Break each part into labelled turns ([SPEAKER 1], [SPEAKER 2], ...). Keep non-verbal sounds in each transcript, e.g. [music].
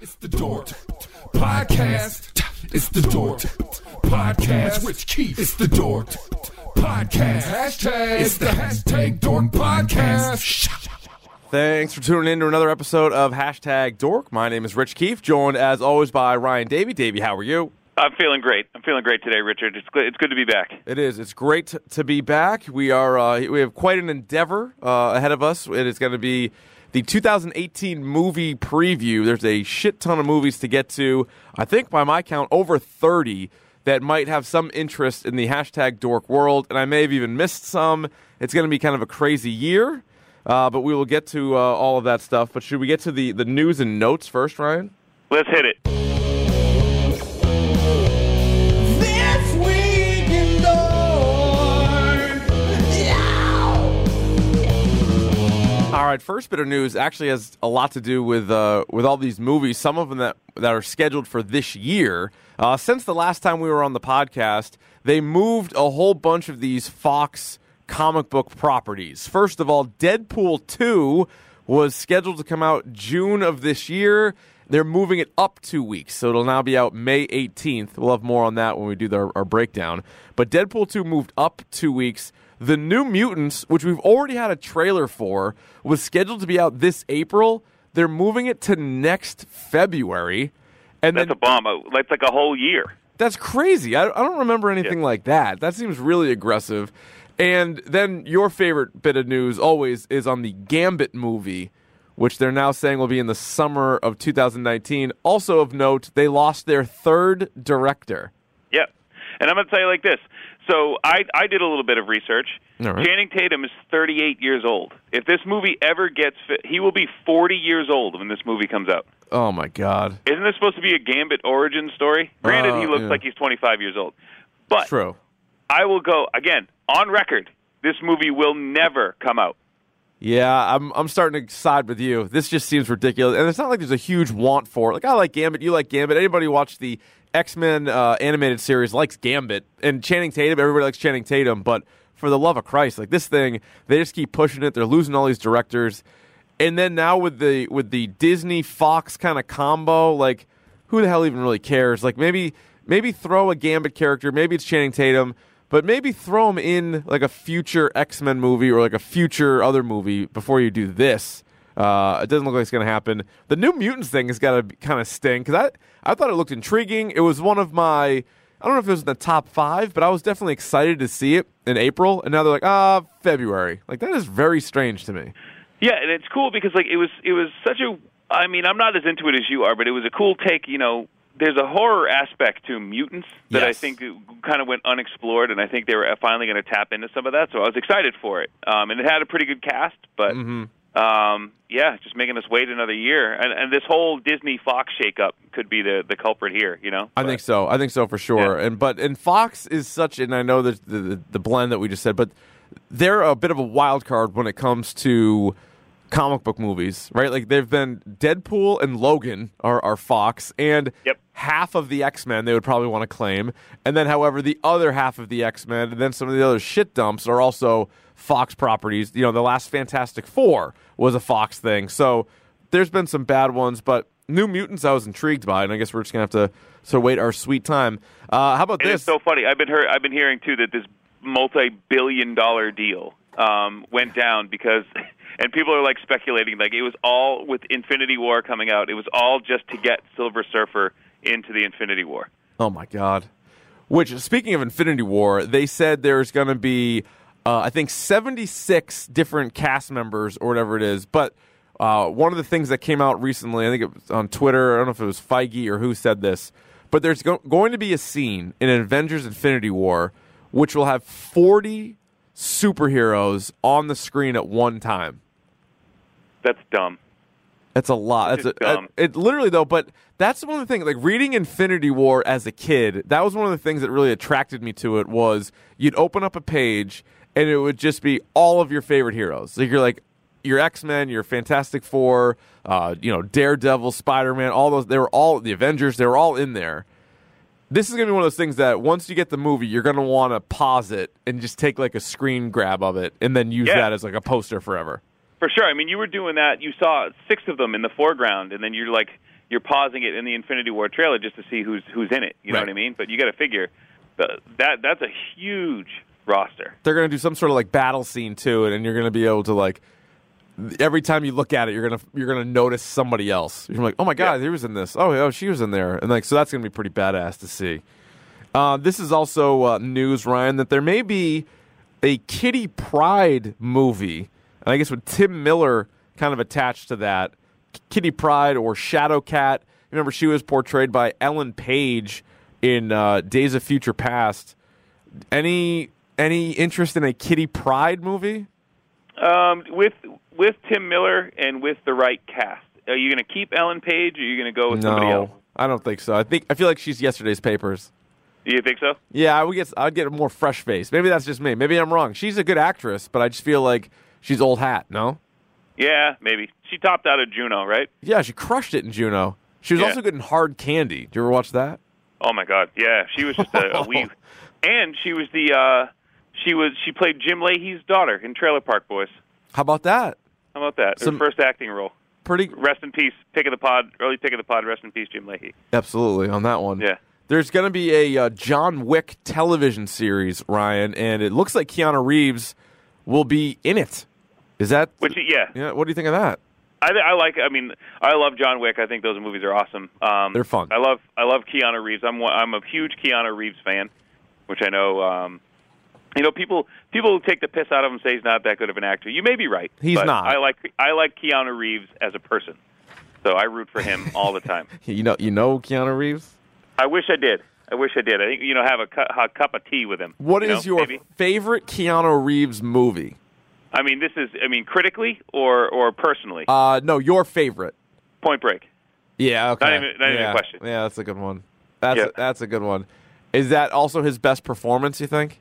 [SPEAKER 1] It's the Dork Podcast. It's the Dork Podcast. Rich Keith. It's the Dork Podcast. Hashtag. It's the hashtag Dork Podcast.
[SPEAKER 2] Thanks for tuning in to another episode of Hashtag Dork. My name is Rich Keefe, joined as always by Ryan Davey. Davey, how are you?
[SPEAKER 3] I'm feeling great. I'm feeling great today, Richard. It's good, it's good to be back.
[SPEAKER 2] It is. It's great t- to be back. We are. Uh, we have quite an endeavor uh, ahead of us. It is going to be the 2018 movie preview. There's a shit ton of movies to get to. I think by my count, over 30 that might have some interest in the hashtag Dork world, and I may have even missed some. It's going to be kind of a crazy year, uh, but we will get to uh, all of that stuff. But should we get to the the news and notes first, Ryan?
[SPEAKER 3] Let's hit it.
[SPEAKER 4] This week in Dork.
[SPEAKER 2] All right, first bit of news actually has a lot to do with uh, with all these movies. Some of them that that are scheduled for this year. Uh, since the last time we were on the podcast, they moved a whole bunch of these Fox comic book properties. First of all, Deadpool two was scheduled to come out June of this year. They're moving it up two weeks, so it'll now be out May 18th. We'll have more on that when we do the, our breakdown. But Deadpool 2 moved up two weeks. The New Mutants, which we've already had a trailer for, was scheduled to be out this April. They're moving it to next February. And
[SPEAKER 3] That's
[SPEAKER 2] then
[SPEAKER 3] a bomb. Uh, That's like a whole year.
[SPEAKER 2] that's crazy. I, I don't remember anything
[SPEAKER 3] Yeah.
[SPEAKER 2] like that. That seems really aggressive. And then your favorite bit of news always is on the Gambit movie, which they're now saying will be in the summer of 2019. Also of note, they lost their third director.
[SPEAKER 3] Yeah. And I'm going to tell you like this. So I, I did a little bit of research.
[SPEAKER 2] All right.
[SPEAKER 3] Channing Tatum is 38 years old. If this movie ever gets fit, he will be 40 years old when this movie comes out.
[SPEAKER 2] Oh my God.
[SPEAKER 3] Isn't this supposed to be a Gambit origin story? Granted,
[SPEAKER 2] Uh,
[SPEAKER 3] he looks
[SPEAKER 2] yeah.
[SPEAKER 3] like he's 25 years old. But
[SPEAKER 2] True.
[SPEAKER 3] I will go, again, on record, this movie will never come out.
[SPEAKER 2] Yeah, I'm I'm starting to side with you. This just seems ridiculous, and it's not like there's a huge want for it. Like I like Gambit, you like Gambit. Anybody who watched the X Men uh, animated series likes Gambit, and Channing Tatum. Everybody likes Channing Tatum, but for the love of Christ, like this thing, they just keep pushing it. They're losing all these directors, and then now with the with the Disney Fox kind of combo, like who the hell even really cares? Like maybe maybe throw a Gambit character, maybe it's Channing Tatum, but maybe throw him in like a future X Men movie or like a future other movie before you do this. Uh, it doesn't look like it's going to happen. The New Mutants thing has got to kind of sting because I I thought it looked intriguing. It was one of my I don't know if it was in the top five, but I was definitely excited to see it in April, and now they're like ah February. Like that is very strange to me.
[SPEAKER 3] Yeah, and it's cool because like it was it was such a I mean, I'm not as into it as you are, but it was a cool take, you know, there's a horror aspect to mutants that I
[SPEAKER 2] Yes.
[SPEAKER 3] think kind of went unexplored and I think they were uh, finally going to tap into some of that, so I was excited for it. Um and it had a pretty good cast, but
[SPEAKER 2] Mm-hmm.
[SPEAKER 3] um yeah, just making us wait another year. And and this whole Disney Fox shakeup could be the the culprit here, you know.
[SPEAKER 2] I
[SPEAKER 3] But-
[SPEAKER 2] think so. I think so for sure.
[SPEAKER 3] Yeah.
[SPEAKER 2] And but and Fox is such, and I know the, the the blend that we just said, but they're a bit of a wild card when it comes to comic book movies, right? Like they've been Deadpool and Logan are, are Fox, and
[SPEAKER 3] Yep.
[SPEAKER 2] half of the X Men they would probably want to claim, and then however the other half of the X Men, and then some of the other shit dumps are also Fox properties. You know, the last Fantastic Four was a Fox thing, so there's been some bad ones, but New Mutants I was intrigued by, and I guess we're just gonna have to sort of wait our sweet time. Uh, how about
[SPEAKER 3] It
[SPEAKER 2] this?
[SPEAKER 3] is so funny. I've been heard, I've been hearing too that this multi-billion dollar deal um, went down because, [laughs] and people are like speculating like it was all with Infinity War coming out. It was all just to get Silver Surfer into the Infinity War.
[SPEAKER 2] Oh my god! Which, speaking of Infinity War, they said there's going to be, uh, I think, 76 different cast members or whatever it is. But uh, one of the things that came out recently, I think it was on Twitter. I don't know if it was Feige or who said this, but there's go- going to be a scene in Avengers: Infinity War which will have 40 superheroes on the screen at one time.
[SPEAKER 3] That's dumb.
[SPEAKER 2] That's a lot.
[SPEAKER 3] Which
[SPEAKER 2] That's
[SPEAKER 3] is
[SPEAKER 2] a,
[SPEAKER 3] dumb.
[SPEAKER 2] a- it literally though, but that's one of the things. Like reading Infinity War as a kid, that was one of the things that really attracted me to it. Was you'd open up a page and it would just be all of your favorite heroes. Like you're like your X Men, your Fantastic Four, uh, you know Daredevil, Spider Man, all those. They were all the Avengers. They were all in there. This is gonna be one of those things that once you get the movie, you're gonna want to pause it and just take like a screen grab of it and then use
[SPEAKER 3] Yeah.
[SPEAKER 2] that as like a poster forever.
[SPEAKER 3] For sure. I mean, you were doing that. You saw six of them in the foreground, and then you're like, you're pausing it in the Infinity War trailer just to see who's who's in it. You know
[SPEAKER 2] Right.
[SPEAKER 3] what I mean? But you got to figure the, that that's a huge roster.
[SPEAKER 2] They're gonna do some sort of like battle scene too, and you're gonna be able to like every time you look at it, you're gonna you're gonna notice somebody else. You're gonna be like, oh my god, he was in this. Oh, oh, she was in there, and like so that's gonna be pretty badass to see. Uh, this is also uh, news, Ryan, that there may be a Kitty Pride movie, and I guess with Tim Miller kind of attached to that. K- Kitty Pride or Shadow Cat. Remember, she was portrayed by Ellen Page in uh, Days of Future Past. Any any interest in a Kitty Pride movie?
[SPEAKER 3] Um, with with Tim Miller and with the right cast, are you going to keep Ellen Page or are you going to go with somebody else?
[SPEAKER 2] I don't think so. I think I feel like she's yesterday's papers.
[SPEAKER 3] Do you think so?
[SPEAKER 2] Yeah, I would get I'd get a more fresh face. Maybe that's just me. Maybe I'm wrong. She's a good actress, but I just feel like she's old hat. No.
[SPEAKER 3] Yeah, maybe. She topped out of Juno, right?
[SPEAKER 2] Yeah, she crushed it in Juno. She was
[SPEAKER 3] Yeah.
[SPEAKER 2] also good in Hard Candy. Do you ever watch that?
[SPEAKER 3] Oh my God, yeah, she was just
[SPEAKER 2] [laughs]
[SPEAKER 3] a, a wee, and she was the uh, she was she played Jim Leahy's daughter in Trailer Park Boys.
[SPEAKER 2] How about that?
[SPEAKER 3] How about that?
[SPEAKER 2] Some-
[SPEAKER 3] Her first acting role.
[SPEAKER 2] Pretty
[SPEAKER 3] Rest in peace, pick of the pod, early pick of the pod. Rest in peace, Jim Leahy.
[SPEAKER 2] absolutely on that one.
[SPEAKER 3] Yeah.
[SPEAKER 2] There's going to be a uh, John Wick television series, Ryan, and it looks like Keanu Reeves will be in it. Is that
[SPEAKER 3] Which yeah,
[SPEAKER 2] Yeah, what do you think of that?
[SPEAKER 3] I, I like. I mean, I love John Wick. I think those movies are awesome. Um,
[SPEAKER 2] They're fun.
[SPEAKER 3] I love. I love Keanu Reeves. I'm. one- I'm a huge Keanu Reeves fan, which I know. Um, you know, people people take the piss out of him, say he's not that good of an actor. You may be right.
[SPEAKER 2] He's
[SPEAKER 3] but
[SPEAKER 2] not.
[SPEAKER 3] I like. I like Keanu Reeves as a person, so I root for him all
[SPEAKER 2] [laughs]
[SPEAKER 3] the time.
[SPEAKER 2] You know you know Keanu Reeves?
[SPEAKER 3] I wish I did. I wish I did. I think you know have a, cu- a cup of tea with him.
[SPEAKER 2] What
[SPEAKER 3] you
[SPEAKER 2] is
[SPEAKER 3] know,
[SPEAKER 2] your
[SPEAKER 3] maybe.
[SPEAKER 2] favorite Keanu Reeves movie?
[SPEAKER 3] I mean, this is. I mean, critically or or personally.
[SPEAKER 2] Uh, no, your favorite.
[SPEAKER 3] Point Break.
[SPEAKER 2] Yeah, okay.
[SPEAKER 3] even- not
[SPEAKER 2] yeah.
[SPEAKER 3] even a question.
[SPEAKER 2] Yeah, that's a good one. That's
[SPEAKER 3] Yeah.
[SPEAKER 2] a, that's a good one. Is that also his best performance? You think?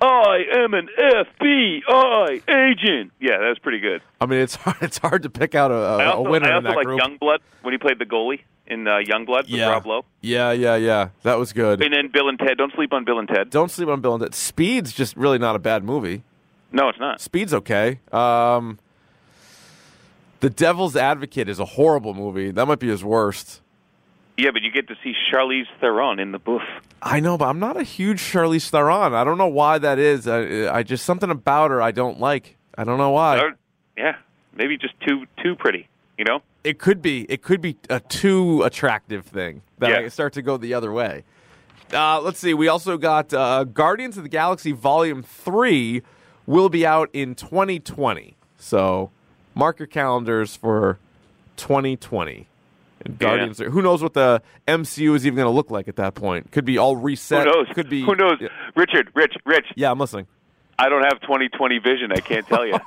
[SPEAKER 3] I am an FBI agent. Yeah, that was pretty good.
[SPEAKER 2] I mean, it's [laughs] hard, it's hard to pick out a, a,
[SPEAKER 3] I also,
[SPEAKER 2] a winner
[SPEAKER 3] I
[SPEAKER 2] in
[SPEAKER 3] also
[SPEAKER 2] that
[SPEAKER 3] like
[SPEAKER 2] group.
[SPEAKER 3] Youngblood when he played the goalie in uh, Youngblood with
[SPEAKER 2] yeah.
[SPEAKER 3] Rob Lowe.
[SPEAKER 2] yeah, yeah, yeah. That was good.
[SPEAKER 3] And then Bill and Ted. Don't sleep on Bill and Ted.
[SPEAKER 2] Don't sleep on Bill and Ted. Speed's just really not a bad movie.
[SPEAKER 3] No, it's not.
[SPEAKER 2] Speed's okay. Um, the Devil's Advocate is a horrible movie. That might be his worst.
[SPEAKER 3] Yeah, but you get to see Charlize Theron in the booth.
[SPEAKER 2] I know, but I'm not a huge Charlie Theron. I don't know why that is. I, I just something about her I don't like. I don't know why.
[SPEAKER 3] Or- yeah, maybe just too too pretty. You know?
[SPEAKER 2] It could be. It could be a too attractive thing that I
[SPEAKER 3] Yeah.
[SPEAKER 2] start to go the other way. Uh, let's see. We also got uh, Guardians of the Galaxy Volume Three will be out in 2020. So mark your calendars for 2020. And Guardians. Are, who knows what the MCU is even going to look like at that point? Could be all reset.
[SPEAKER 3] Who knows?
[SPEAKER 2] Could be.
[SPEAKER 3] Who knows?
[SPEAKER 2] Yeah,
[SPEAKER 3] Richard, Rich, Rich.
[SPEAKER 2] yeah, I'm listening.
[SPEAKER 3] I don't have 2020 vision. I
[SPEAKER 2] [laughs]
[SPEAKER 3] can't tell you. [laughs]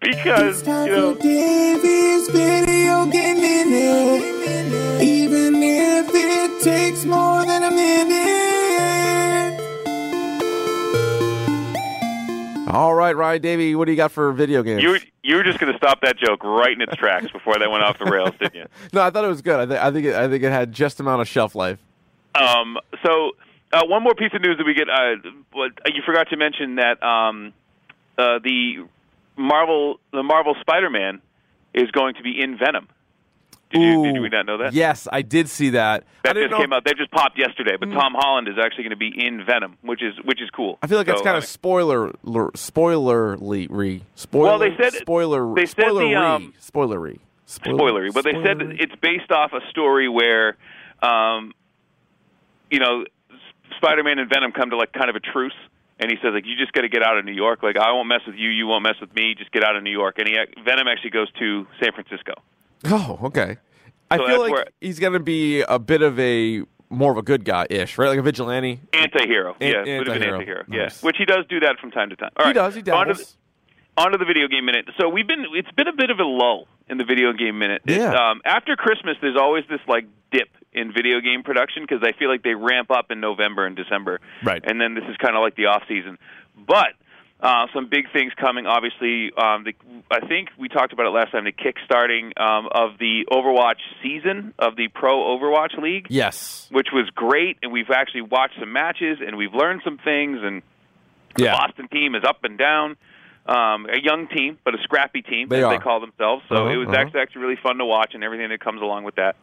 [SPEAKER 3] because because you know.
[SPEAKER 4] Davies video game minute. Even if it takes more than a minute.
[SPEAKER 2] All right, Ryan Davey, what do you got for video games?
[SPEAKER 3] You were, you were just going to stop that joke right in its tracks before that went off the rails, didn't you?
[SPEAKER 2] no, I thought it was good. I, th- I think it, I think it had just amount of shelf life.
[SPEAKER 3] Um, so uh, one more piece of news that we get. Uh, what- you forgot to mention that um, uh, the Marvel the Marvel Spider Man is going to be in Venom. Did you did
[SPEAKER 2] Ooh.
[SPEAKER 3] we not know that?
[SPEAKER 2] Yes, I did see that. I
[SPEAKER 3] That
[SPEAKER 2] didn't
[SPEAKER 3] just
[SPEAKER 2] know, Mm.
[SPEAKER 3] came out. That just popped yesterday. But Tom Holland is actually going to be in Venom, which is which is cool.
[SPEAKER 2] I feel like that's
[SPEAKER 3] So,
[SPEAKER 2] kind
[SPEAKER 3] I
[SPEAKER 2] of
[SPEAKER 3] mean-
[SPEAKER 2] spoiler ler- spoiler re spoiler
[SPEAKER 3] Well, they said-
[SPEAKER 2] spoiler
[SPEAKER 3] they said the,
[SPEAKER 2] spoilery,
[SPEAKER 3] um,
[SPEAKER 2] spoilery spoiler-
[SPEAKER 3] spoilery, but they said
[SPEAKER 2] spoilery.
[SPEAKER 3] it's based off a story where, um, you know, S- Spider-Man and Venom come to like kind of a truce, and he says like, "You just got to get out of New York. Like, I won't mess with you. You won't mess with me. Just get out of New York." And he ac- Venom actually goes to San Francisco.
[SPEAKER 2] Oh, okay. I
[SPEAKER 3] So
[SPEAKER 2] feel
[SPEAKER 3] that's
[SPEAKER 2] like
[SPEAKER 3] where-
[SPEAKER 2] he's gonna be a bit of a more of a good guy ish, right? Like a vigilante.
[SPEAKER 3] Anti-hero.
[SPEAKER 2] An-
[SPEAKER 3] yeah, would have been
[SPEAKER 2] antihero.
[SPEAKER 3] anti-hero.
[SPEAKER 2] Nice.
[SPEAKER 3] Yeah, which he does do that from time to time. All
[SPEAKER 2] He
[SPEAKER 3] right,
[SPEAKER 2] does. He
[SPEAKER 3] on to
[SPEAKER 2] dabbles.
[SPEAKER 3] the- onto the video game minute. So we've been it's been a bit of a lull in the video game minute. It,
[SPEAKER 2] Yeah.
[SPEAKER 3] um, after Christmas, there's always this like dip in video game production because I feel like they ramp up in November and December.
[SPEAKER 2] Right.
[SPEAKER 3] And then this is kind of like the off season, but. Uh, some big things coming. Obviously, um, the, I think we talked about it last time. The kickstarting um, of the Overwatch season of the Pro Overwatch League
[SPEAKER 2] Yes.
[SPEAKER 3] which was great. And we've actually watched some matches and we've learned some things. And the
[SPEAKER 2] Yeah.
[SPEAKER 3] Boston team is up and down. Um, a young team, but a scrappy team,
[SPEAKER 2] They
[SPEAKER 3] as
[SPEAKER 2] are.
[SPEAKER 3] they call themselves. So
[SPEAKER 2] Uh-huh,
[SPEAKER 3] it was
[SPEAKER 2] uh-huh.
[SPEAKER 3] actually actually really fun to watch, and everything that comes along with that.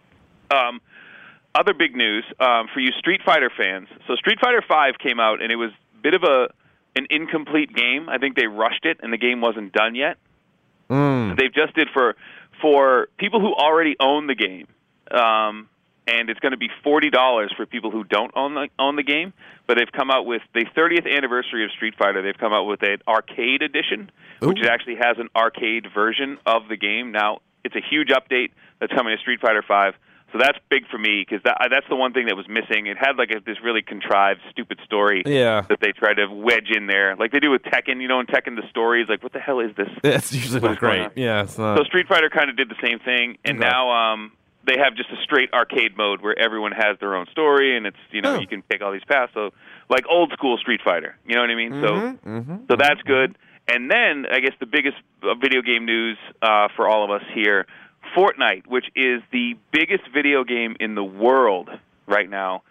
[SPEAKER 3] Um, other big news um, for you Street Fighter fans. So Street Fighter Five came out, and it was a bit of a an incomplete game. I think they rushed it, and the game wasn't done yet.
[SPEAKER 2] Mm.
[SPEAKER 3] They've just did for for people who already own the game, um, and it's going to be forty dollars for people who don't own the own the game. But they've come out with the thirtieth anniversary of Street Fighter. They've come out with an arcade edition, which
[SPEAKER 2] Ooh.
[SPEAKER 3] is actually has an arcade version of the game. Now it's a huge update that's coming to Street Fighter Five. So that's big for me because that, that's the one thing that was missing. It had like a, this really contrived, stupid story
[SPEAKER 2] Yeah.
[SPEAKER 3] that they tried to wedge in there, like they do with Tekken. You know, in Tekken, the story is like, what the hell is this?
[SPEAKER 2] [laughs] That's usually
[SPEAKER 3] What
[SPEAKER 2] not
[SPEAKER 3] is going
[SPEAKER 2] great.
[SPEAKER 3] on?
[SPEAKER 2] Yeah, it's
[SPEAKER 3] So
[SPEAKER 2] not.
[SPEAKER 3] Street Fighter kind of did the same thing, and
[SPEAKER 2] Okay.
[SPEAKER 3] now um, they have just a straight arcade mode where everyone has their own story, and it's you know
[SPEAKER 2] Oh.
[SPEAKER 3] you can pick all these paths. So like old school Street Fighter, you know what I mean? so so that's good. And then I guess the biggest uh, video game news uh, for all of us here, Fortnite, which is the biggest video game in the world right now,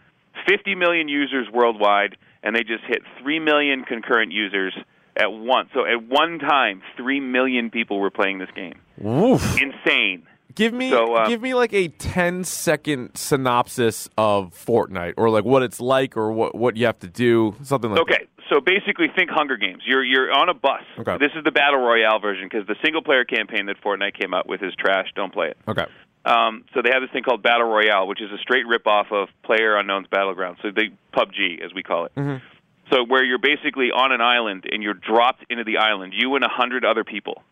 [SPEAKER 3] 50 million users worldwide, and they just hit 3 million concurrent users at once. So at one time, 3 million people were playing this game
[SPEAKER 2] Woof.
[SPEAKER 3] insane.
[SPEAKER 2] Give me
[SPEAKER 3] So, uh,
[SPEAKER 2] give me like a 10 second synopsis of Fortnite or like what it's like or what what you have to do, something like
[SPEAKER 3] Okay, so basically, think Hunger Games. You're you're on a bus.
[SPEAKER 2] Okay.
[SPEAKER 3] This is the battle royale version because the single player campaign that Fortnite came out with is trash. Don't play it.
[SPEAKER 2] that. Okay.
[SPEAKER 3] Um, so they have this thing called Battle Royale, which is a straight ripoff of Player Unknown's Battleground, so the PUBG as we call it.
[SPEAKER 2] Mm-hmm.
[SPEAKER 3] So where you're basically on an island and you're dropped into the island, you and a hundred other people.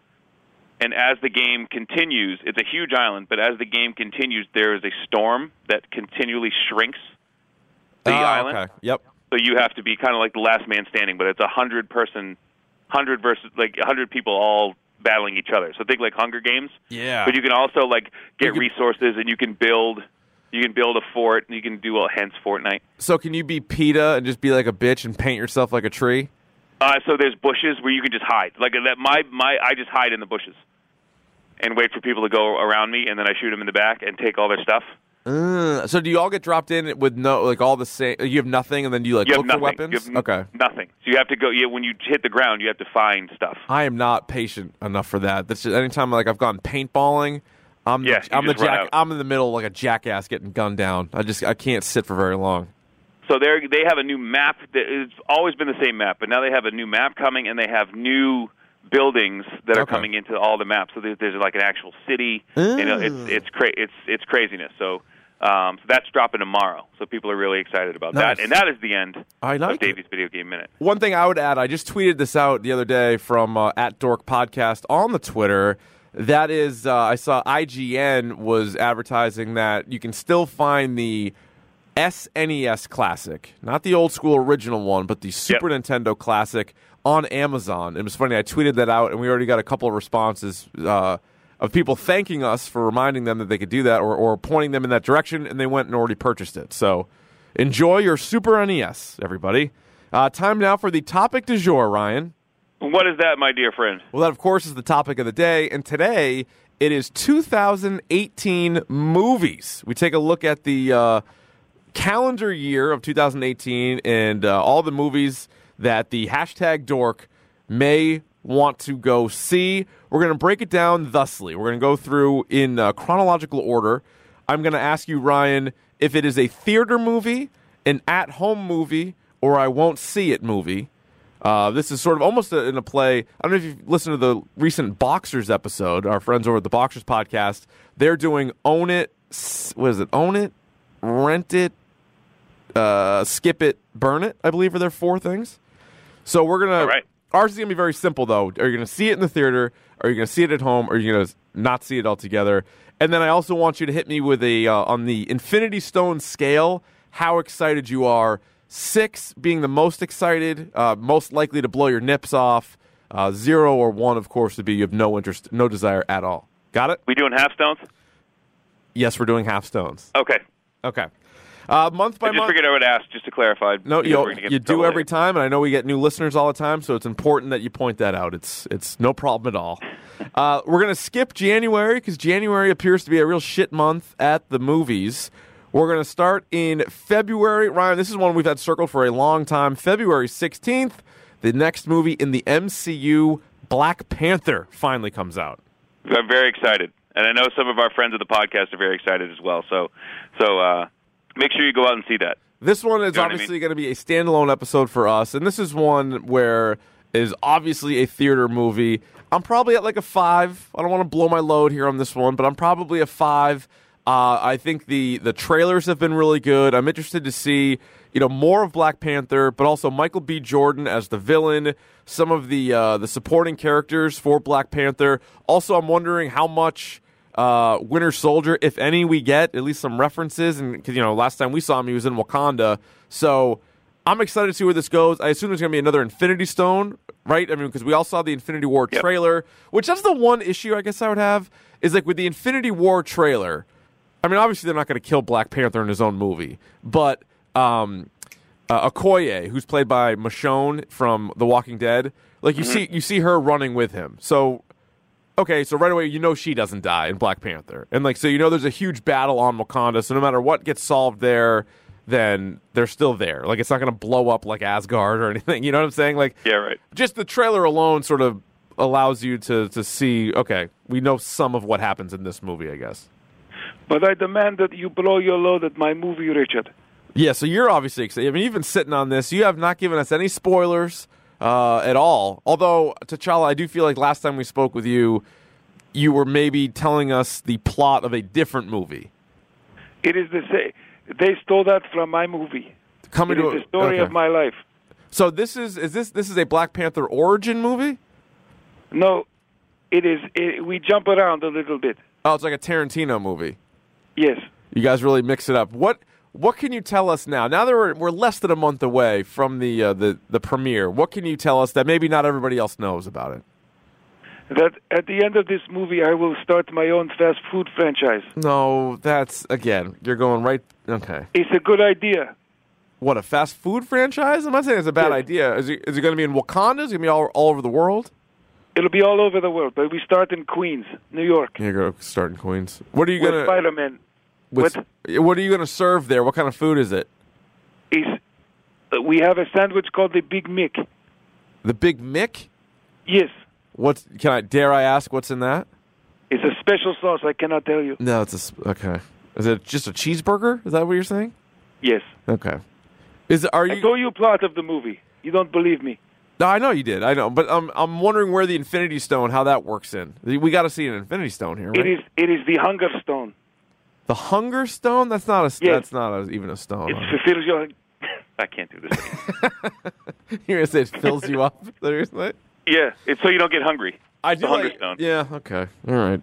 [SPEAKER 3] And as the game continues, it's a huge island, but as the game continues, there is a storm that continually shrinks the
[SPEAKER 2] Ah,
[SPEAKER 3] island.
[SPEAKER 2] Okay. Yep.
[SPEAKER 3] So you have to be kind of like the last man standing, but it's a hundred person, hundred versus like a hundred people all battling each other. So think like Hunger Games.
[SPEAKER 2] Yeah.
[SPEAKER 3] But you can also like
[SPEAKER 2] You
[SPEAKER 3] get
[SPEAKER 2] can-
[SPEAKER 3] resources, and you can build, you can build a fort, and you can do a hence Fortnite.
[SPEAKER 2] So can you be PETA and just be like a bitch and paint yourself like a tree?
[SPEAKER 3] Uh, so there's bushes where you can just hide. Like uh, that, my my I just hide in the bushes, and wait for people to go around me, and then I shoot them in the back and take all their stuff.
[SPEAKER 2] Uh, so do you all get dropped in with no like all the same? You have nothing, and then you like
[SPEAKER 3] You have
[SPEAKER 2] look
[SPEAKER 3] nothing.
[SPEAKER 2] for weapons.
[SPEAKER 3] You have n-
[SPEAKER 2] okay,
[SPEAKER 3] Nothing. So you have to go. You, when you hit the ground, you have to find stuff.
[SPEAKER 2] I am not patient enough for that. That's just, anytime like I've gone paintballing, I'm
[SPEAKER 3] Yeah,
[SPEAKER 2] the,
[SPEAKER 3] you
[SPEAKER 2] I'm the
[SPEAKER 3] just run
[SPEAKER 2] jack.
[SPEAKER 3] out.
[SPEAKER 2] I'm in the middle like a jackass getting gunned down. I just I can't sit for very long.
[SPEAKER 3] So they are they have a new map. that It's always been the same map, but now they have a new map coming, and they have new buildings that are
[SPEAKER 2] Okay.
[SPEAKER 3] coming into all the maps. So there's, there's like an actual city. You know, it's it's cra- it's it's craziness. So. Um, so that's dropping tomorrow. So people are really excited about
[SPEAKER 2] Nice.
[SPEAKER 3] that, and that is the end
[SPEAKER 2] I like
[SPEAKER 3] of
[SPEAKER 2] it.
[SPEAKER 3] Davey's video game minute.
[SPEAKER 2] One thing I would add, I just tweeted this out the other day from uh, at Dork Podcast on the Twitter. That is, uh, I saw IGN was advertising that you can still find the SNES E Classic, not the old school original one, but the Super Nintendo Classic on Amazon. It was funny. I tweeted that out, and we already got a couple of responses uh, of people thanking us for reminding them that they could do that, or, or pointing them in that direction, and they went and already purchased it. So, enjoy your Super NES, everybody. Uh, time now for the topic du jour, Ryan.
[SPEAKER 3] What is that, my dear friend?
[SPEAKER 2] Well, that, of course, is the topic of the day. And today, it is 2018 movies. We take a look at the uh, calendar year of 2018 and uh, all the movies that the hashtag dork may want to go see. We're going to break it down thusly. We're going to go through in uh, chronological order. I'm going to ask you, Ryan, if it is a theater movie, an at home movie, or I won't see it movie. Uh, this is sort of almost a, in a play. I don't know if you've listened to the recent Boxers episode. Our friends over at the Boxers podcast, they're doing Own It. S- What is it? Own It, Rent It, uh, Skip It, Burn It. I believe are their four things. So we're gonna.
[SPEAKER 3] All right.
[SPEAKER 2] Ours is gonna be very simple though. Are you gonna see it in the theater? Are you gonna see it at home? Or are you gonna s- not see it altogether? And then I also want you to hit me with a uh, on the Infinity Stone scale. How excited you are? Six being the most excited, uh, most likely to blow your nips off. Uh, zero or one, of course, would be you have no interest, no desire at all. Got it?
[SPEAKER 3] We doing half stones?
[SPEAKER 2] Yes, we're doing half stones.
[SPEAKER 3] Okay.
[SPEAKER 2] Okay. Uh, month by
[SPEAKER 3] I just
[SPEAKER 2] month.
[SPEAKER 3] figured I would ask just to clarify.
[SPEAKER 2] No,
[SPEAKER 3] because
[SPEAKER 2] you
[SPEAKER 3] we're gonna get
[SPEAKER 2] you
[SPEAKER 3] in trouble
[SPEAKER 2] do every
[SPEAKER 3] later.
[SPEAKER 2] time, and I know we get new listeners all the time, so it's important that you point that out. It's it's no problem at
[SPEAKER 3] [laughs]
[SPEAKER 2] all. Uh, we're gonna skip January because January appears to be a real shit month at the movies. We're gonna start in February, Ryan. This is one we've had circled for a long time. February sixteenth, the next movie in the MCU, Black Panther finally comes out.
[SPEAKER 3] I'm very excited, and I know some of our friends of the podcast are very excited as well. So, so uh, make sure you go out and see that.
[SPEAKER 2] This one is
[SPEAKER 3] know what I
[SPEAKER 2] obviously
[SPEAKER 3] mean?
[SPEAKER 2] going to be a standalone episode for us, and this is one where is obviously a theater movie. I'm probably at like a five. I don't want to blow my load here on this one, but I'm probably a five. Uh, I think the the trailers have been really good. I'm interested to see you know more of Black Panther, but also Michael B. Jordan as the villain. Some of the uh, the supporting characters for Black Panther. Also, I'm wondering how much uh, Winter Soldier, if any, we get at least some references. And because you know, last time we saw him, he was in Wakanda. So I'm excited to see where this goes. I assume there's going to be another Infinity Stone, right? I mean, because we all saw the Infinity War
[SPEAKER 3] Yep.
[SPEAKER 2] trailer, which that's the one issue I guess I would have is like with the Infinity War trailer. I mean, obviously they're not going to kill Black Panther in his own movie, but um, uh, Okoye, who's played by Michonne from The Walking Dead, like you
[SPEAKER 3] Mm-hmm.
[SPEAKER 2] see, you see her running with him. So okay, so right away you know she doesn't die in Black Panther, and like so you know there's a huge battle on Wakanda. So no matter what gets solved there, then they're still there. Like it's not going to blow up like Asgard or [laughs] anything. You know what I'm saying? Like
[SPEAKER 3] Yeah, right.
[SPEAKER 2] just the trailer alone sort of allows you to to see. Okay, we know some of what happens in this movie, I guess.
[SPEAKER 3] But I demand that you blow your load at my movie, Richard.
[SPEAKER 2] Yeah, so you're obviously excited. I mean, you've been sitting on this. You have not given us any spoilers uh, at all. Although, T'Challa, I do feel like last time we spoke with you, you were maybe telling us the plot of a different movie.
[SPEAKER 5] It is the same. They stole that from my movie.
[SPEAKER 2] Coming
[SPEAKER 5] It is
[SPEAKER 2] to
[SPEAKER 5] the story
[SPEAKER 2] okay.
[SPEAKER 5] of my life.
[SPEAKER 2] So this is is this this is a Black Panther origin movie?
[SPEAKER 5] No, it is. It, we jump around a little bit.
[SPEAKER 2] Oh, it's like a Tarantino movie.
[SPEAKER 5] Yes.
[SPEAKER 2] You guys really mix it up. What what can you tell us now? Now that we're, we're less than a month away from the uh, the the premiere, what can you tell us that maybe not everybody else knows about it?
[SPEAKER 5] That at the end of this movie, I will start my own fast food franchise.
[SPEAKER 2] No, that's again, you're going right. Okay.
[SPEAKER 5] It's a good idea.
[SPEAKER 2] What a fast food franchise! I'm not saying it's a bad
[SPEAKER 5] Yes.
[SPEAKER 2] idea. Is it, is it going to be in Wakanda? Is it going to be all, all over the world?
[SPEAKER 5] It'll be all over the world, but we start in Queens, New York,
[SPEAKER 2] You're going to start in Queens. What are you
[SPEAKER 5] with
[SPEAKER 2] going to?
[SPEAKER 5] Spider-Man. what?
[SPEAKER 2] What are you going to serve there? What kind of food is it?
[SPEAKER 5] Is uh, we have a sandwich called the Big Mick.
[SPEAKER 2] The Big Mick.
[SPEAKER 5] Yes,
[SPEAKER 2] What's can I dare I ask? What's in that?
[SPEAKER 5] it's a special sauce. I cannot tell you.
[SPEAKER 2] No, it's a sp- okay. Is it just a cheeseburger? Is that what you're saying?
[SPEAKER 5] Yes,
[SPEAKER 2] Okay. Is are
[SPEAKER 5] I
[SPEAKER 2] you?
[SPEAKER 5] told you plot of the movie. You don't believe me.
[SPEAKER 2] No, I know you did. I know, but um, I'm wondering where the Infinity Stone, how that works in. We got to see an Infinity Stone here. Right?
[SPEAKER 5] It is. It is the Hunger Stone.
[SPEAKER 2] The Hunger Stone? That's not a. st-
[SPEAKER 5] Yes.
[SPEAKER 2] That's not a, even a stone.
[SPEAKER 5] It fulfills your.
[SPEAKER 3] I can't
[SPEAKER 2] [laughs]
[SPEAKER 3] do this.
[SPEAKER 2] You're gonna say
[SPEAKER 3] [laughs]
[SPEAKER 2] it fills [laughs] you up? Seriously?
[SPEAKER 3] yeah, it's so you don't get hungry.
[SPEAKER 2] I
[SPEAKER 3] It's a Hunger Stone.
[SPEAKER 2] Yeah. Okay. All right.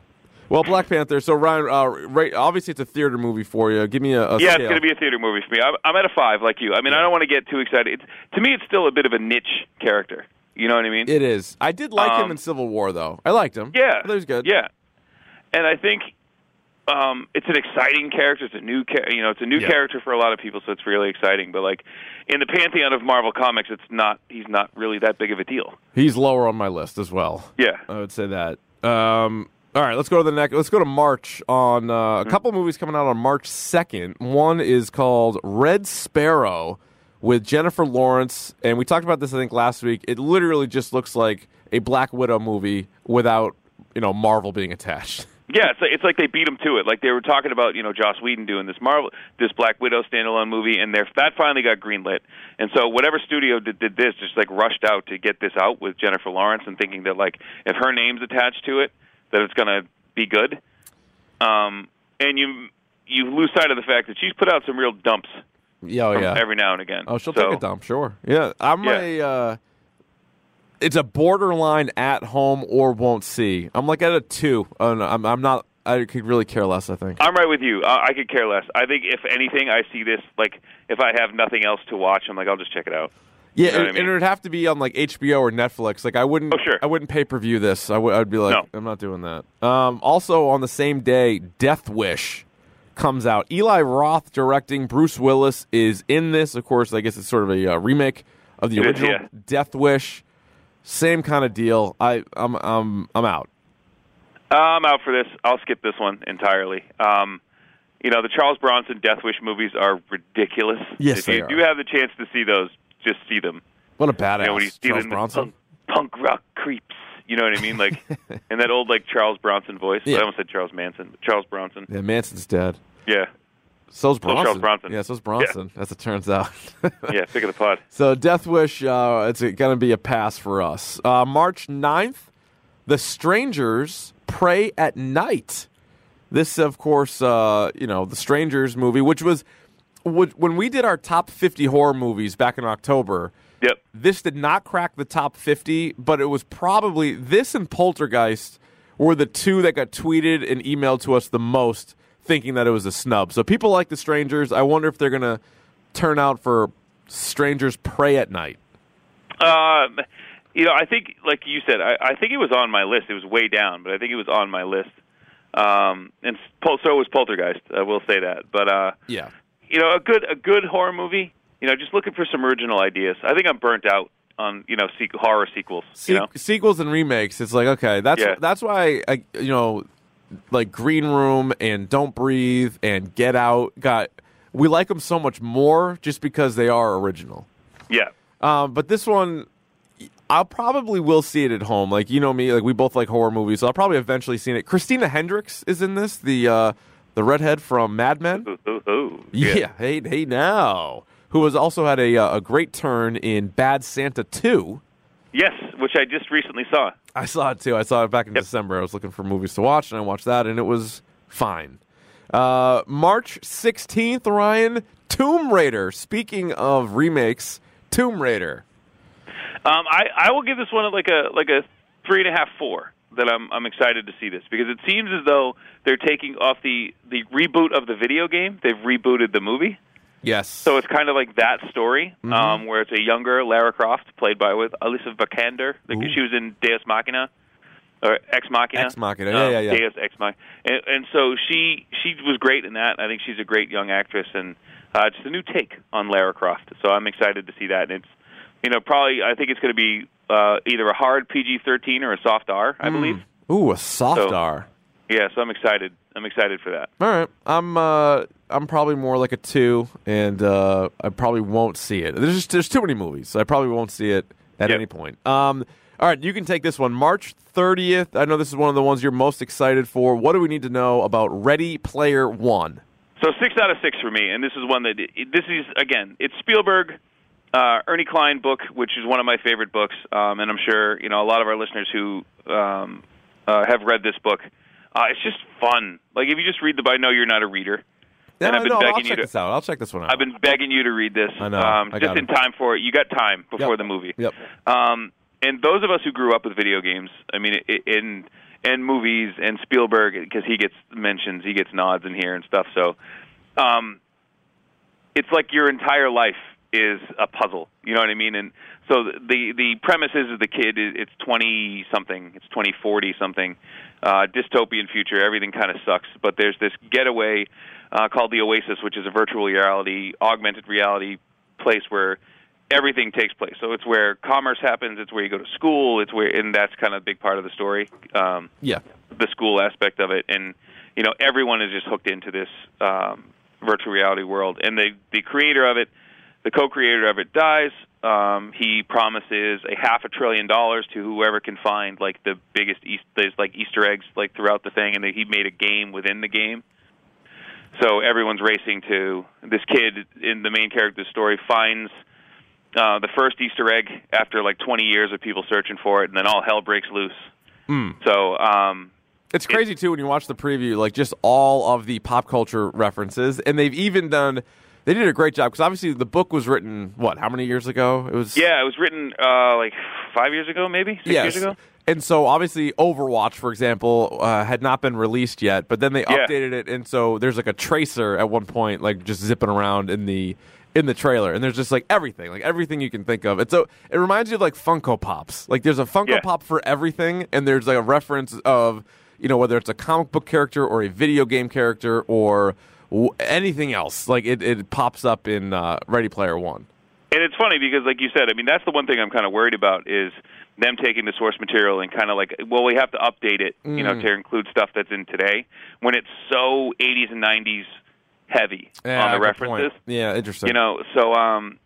[SPEAKER 2] Well, Black Panther. So Ryan, uh, right? Obviously, it's a theater movie for you. Give me a, a
[SPEAKER 3] Yeah,
[SPEAKER 2] scale.
[SPEAKER 3] it's going to be a theater movie for me. I'm, I'm at a five, like you. I mean, I don't want to get too excited. It's, to me, it's still a bit of a niche character. You know what I mean?
[SPEAKER 2] It is. I did like him
[SPEAKER 3] Um,
[SPEAKER 2] in Civil War, though. I liked him.
[SPEAKER 3] Yeah,
[SPEAKER 2] I thought he was good.
[SPEAKER 3] Yeah, and I think um, it's an exciting character. It's a new, char- you know, it's a new
[SPEAKER 2] Yeah.
[SPEAKER 3] character for a lot of people, so it's really exciting. But like in the pantheon of Marvel comics, it's not. He's not really that big of a deal.
[SPEAKER 2] He's lower on my list as well.
[SPEAKER 3] Yeah.
[SPEAKER 2] I would say that. Um, all right, let's go to the next. Let's go to March on uh, a couple movies coming out on March second. One is called Red Sparrow with Jennifer Lawrence, and we talked about this I think last week. It literally just looks like a Black Widow movie without you know Marvel being attached.
[SPEAKER 3] Yeah, it's like, it's like they beat him to it. Like they were talking about, you know, Joss Whedon doing this Marvel, this Black Widow standalone movie, and they're, that finally got greenlit. And so whatever studio did, did this just like rushed out to get this out with Jennifer Lawrence and thinking that like if her name's attached to it, that it's gonna be good. Um, and you you lose sight of the fact that she's put out some real dumps
[SPEAKER 2] [laughs] Yeah, oh,
[SPEAKER 3] from
[SPEAKER 2] yeah.
[SPEAKER 3] every now and again.
[SPEAKER 2] Oh, she'll
[SPEAKER 3] So-
[SPEAKER 2] take a dump, sure. Yeah, I'm
[SPEAKER 3] Yeah.
[SPEAKER 2] a. Uh, it's a borderline at home or won't see. I'm like at a two. Oh, no, I'm, I'm not. I could really care less. I think.
[SPEAKER 3] I'm right with you. I, I could care less. I think if anything, I see this like if I have nothing else to watch, I'm like I'll just check it out.
[SPEAKER 2] Yeah,
[SPEAKER 3] know what I
[SPEAKER 2] and,
[SPEAKER 3] mean?
[SPEAKER 2] and it would have to be on like HBO or Netflix. Like I wouldn't,
[SPEAKER 3] Oh, sure.
[SPEAKER 2] I wouldn't pay per view this. I would, I'd be like,
[SPEAKER 3] No.
[SPEAKER 2] I'm not doing that. Um, also on the same day, Death Wish comes out. Eli Roth directing. Bruce Willis is in this. Of course, I guess it's sort of a uh, remake of the
[SPEAKER 3] It is,
[SPEAKER 2] original
[SPEAKER 3] yeah.
[SPEAKER 2] Death Wish. Same kind of deal. I, I'm, I'm, I'm out.
[SPEAKER 3] Uh, I'm out for this. I'll skip this one entirely. Um, you know, the Charles Bronson Death Wish movies are ridiculous.
[SPEAKER 2] Yes,
[SPEAKER 3] if
[SPEAKER 2] they
[SPEAKER 3] you
[SPEAKER 2] are.
[SPEAKER 3] do have the chance to see those, just see them.
[SPEAKER 2] What a badass,
[SPEAKER 3] You know, when he's
[SPEAKER 2] Charles
[SPEAKER 3] stealing the
[SPEAKER 2] Bronson.
[SPEAKER 3] punk, punk rock creeps. You know what I
[SPEAKER 2] [laughs]
[SPEAKER 3] mean? Like, in that old like Charles Bronson voice.
[SPEAKER 2] Yeah.
[SPEAKER 3] I almost said Charles Manson. But Charles Bronson.
[SPEAKER 2] Yeah, Manson's dead.
[SPEAKER 3] Yeah,
[SPEAKER 2] So's
[SPEAKER 3] Oh, Charles
[SPEAKER 2] Bronson.
[SPEAKER 3] Bronson.
[SPEAKER 2] Yeah, so's Bronson, as it turns out. [laughs]
[SPEAKER 3] yeah. Pick of the pod.
[SPEAKER 2] So Death Wish, uh, it's going to be a pass for us. Uh, March 9th, The Strangers Pray at Night. This, of course, uh, you know, The Strangers movie, which was which, when we did our top 50 horror movies back in October.
[SPEAKER 3] Yep.
[SPEAKER 2] This did not crack the top 50, but it was probably this and Poltergeist were the two that got tweeted and emailed to us the most, thinking that it was a snub. So people like The Strangers. I wonder if they're going to turn out for Strangers Pray at Night.
[SPEAKER 3] Um, you know, I think, like you said, I, I think it was on my list. It was way down, but I think it was on my list. Um, and Pol- so was Poltergeist. I will say that. But uh,
[SPEAKER 2] Yeah.
[SPEAKER 3] you know, a good a good horror movie. You know, just looking for some original ideas. I think I'm burnt out on you know sequ- horror sequels.
[SPEAKER 2] Se-
[SPEAKER 3] you know,
[SPEAKER 2] Sequels and remakes. It's like okay, that's
[SPEAKER 3] Yeah.
[SPEAKER 2] that's why I, you know, like Green Room and Don't Breathe and Get Out got we like them so much more just because they are original.
[SPEAKER 3] yeah,
[SPEAKER 2] Um, but this one, I'll probably will see it at home. Like you know me, like we both like horror movies, so I'll probably eventually see it. Christina Hendricks is in this, the uh, the redhead from Mad Men.
[SPEAKER 3] ooh, ooh, ooh.
[SPEAKER 2] [laughs] Yeah, hey hey now, who has also had a uh, a great turn in Bad Santa Two.
[SPEAKER 3] yes, which I just recently saw.
[SPEAKER 2] I saw it too. I saw it back in December. I was looking for movies to watch, and I watched that, and it was fine. Uh, March 16th, Ryan, Tomb Raider. Speaking of remakes, Tomb Raider.
[SPEAKER 3] Um, I I will give this one like a like a three and a half four that I'm I'm excited to see this because it seems as though they're taking off the the reboot of the video game. They've rebooted the movie.
[SPEAKER 2] Yes.
[SPEAKER 3] So it's kind of like that story,
[SPEAKER 2] Mm-hmm.
[SPEAKER 3] um, where it's a younger Lara Croft played by with Alyssa Vikander. Like
[SPEAKER 2] Ooh.
[SPEAKER 3] she was in Deus Machina or Ex Machina. Um,
[SPEAKER 2] Ex Machina, yeah, yeah, yeah.
[SPEAKER 3] Deus Ex Machina. And, and so she she was great in that. I think she's a great young actress and uh, just a new take on Lara Croft. So I'm excited to see that. And it's you know probably I think it's going to be uh, either a hard PG-13 or a soft R,
[SPEAKER 2] Mm.
[SPEAKER 3] I believe.
[SPEAKER 2] Ooh, a soft
[SPEAKER 3] So-
[SPEAKER 2] R.
[SPEAKER 3] Yeah, so I'm excited. I'm excited for that.
[SPEAKER 2] All right, I'm uh, I'm probably more like a two, and uh, I probably won't see it. There's just, there's too many movies. So I probably won't see it at
[SPEAKER 3] Yep.
[SPEAKER 2] any point. Um, all right, you can take this one, March 30th. I know this is one of the ones you're most excited for. What do we need to know about Ready Player One?
[SPEAKER 3] So six out of six for me, and this is one that it, this is again. It's Spielberg, uh, Ernie Klein book, which is one of my favorite books, um, and I'm sure you know a lot of our listeners who um, uh, have read this book. Uh, it's just fun. Like if you just read the, I know you're not a reader. And
[SPEAKER 2] Yeah,
[SPEAKER 3] I've been
[SPEAKER 2] no, I'll
[SPEAKER 3] begging you
[SPEAKER 2] check
[SPEAKER 3] to-
[SPEAKER 2] this out. I'll check this one out.
[SPEAKER 3] I've been begging you to read this.
[SPEAKER 2] I know.
[SPEAKER 3] Um,
[SPEAKER 2] I
[SPEAKER 3] just
[SPEAKER 2] gotta.
[SPEAKER 3] in time for it. You got time before
[SPEAKER 2] Yep.
[SPEAKER 3] the movie.
[SPEAKER 2] Yep.
[SPEAKER 3] Um, and those of us who grew up with video games, I mean, i in and movies and Spielberg, because he gets mentions, he gets nods in here and stuff. So, um, it's like your entire life is a puzzle. You know what I mean? And so the the, the premise is that the kid is it's twenty something, it's twenty forty something, uh, dystopian future. Everything kind of sucks, but there's this getaway uh, called the Oasis, which is a virtual reality, augmented reality place where everything takes place. So it's where commerce happens. It's where you go to school. It's where, and that's kind of a big part of the story. Um,
[SPEAKER 2] yeah,
[SPEAKER 3] the school aspect of it and you know everyone is just hooked into this um, virtual reality world and the the creator of it the co-creator of it dies um, he promises a half a trillion dollars to whoever can find like the biggest east there's like easter eggs like throughout the thing and he made a game within the game so everyone's racing to this kid in the main character's story finds uh, the first Easter egg after like 20 years of people searching for it, and then all hell breaks loose. So um,
[SPEAKER 2] it's crazy too when you watch the preview, like just all of the pop culture references, and they've even done. They did a great job because obviously the book was written what? How many years ago? It was
[SPEAKER 3] Yeah, it was written uh, like five years ago, maybe six
[SPEAKER 2] yes.
[SPEAKER 3] years ago.
[SPEAKER 2] And so, obviously, Overwatch, for example, uh, had not been released yet, but then they
[SPEAKER 3] Yeah.
[SPEAKER 2] updated it, and so there's like a tracer at one point, like just zipping around in the in the trailer, and there's just like everything, like everything you can think of. It's so it reminds you of like Funko Pops. Like there's a Funko
[SPEAKER 3] Yeah.
[SPEAKER 2] Pop for everything, and there's like a reference of you know whether it's a comic book character or a video game character or w- anything else. Like it, it pops up in uh, Ready Player One.
[SPEAKER 3] And it's funny because, like you said, I mean, that's the one thing I'm kind of worried about is them taking the source material and kind of like, well, we have to update it, you
[SPEAKER 2] Mm.
[SPEAKER 3] know, to include stuff that's in today when it's so 80s and 90s heavy on the
[SPEAKER 2] good point.
[SPEAKER 3] references.
[SPEAKER 2] Yeah, interesting.
[SPEAKER 3] You know, so um,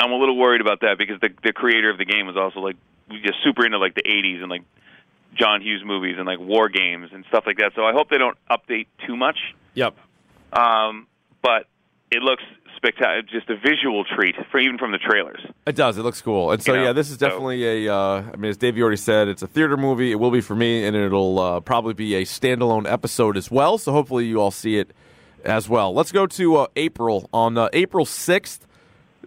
[SPEAKER 3] I'm a little worried about that because the the creator of the game was also like just super into like the 80s and like John Hughes movies and like war games and stuff like that. So I hope they don't update too much.
[SPEAKER 2] Yep.
[SPEAKER 3] Um, but it looks spectacular, just a visual treat for even from the trailers.
[SPEAKER 2] It does. It looks cool. And so,
[SPEAKER 3] You know,
[SPEAKER 2] yeah, this is
[SPEAKER 3] so-
[SPEAKER 2] definitely a. Uh, I mean, as Davey already said, it's a theater movie. It will be for me, and it'll uh, probably be a standalone episode as well. So hopefully, you all see it as well. Let's go to uh, April on uh, April sixth.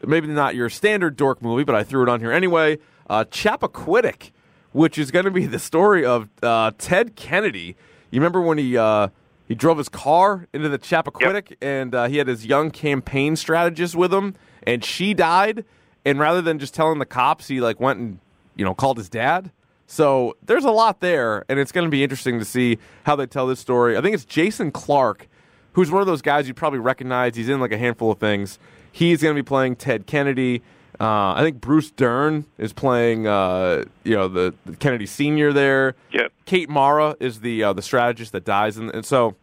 [SPEAKER 2] Maybe not your standard dork movie, but I threw it on here anyway. Uh, Chappaquiddick, which is going to be the story of uh, Ted Kennedy. You remember when he uh, he drove his car into the Chappaquiddick, and uh, he had his young campaign strategist with him, and she died. And rather than just telling the cops, he like went and you know called his dad. So there's a lot there, and it's going to be interesting to see how they tell this story. I think it's Jason Clark who's one of those guys you probably recognize. He's in like a handful of things. He's going to be playing Ted Kennedy. Uh, I think Bruce Dern is playing, uh, you know, the, the Kennedy Senior there.
[SPEAKER 3] Yep.
[SPEAKER 2] Kate Mara is the uh, the strategist that dies, and, and so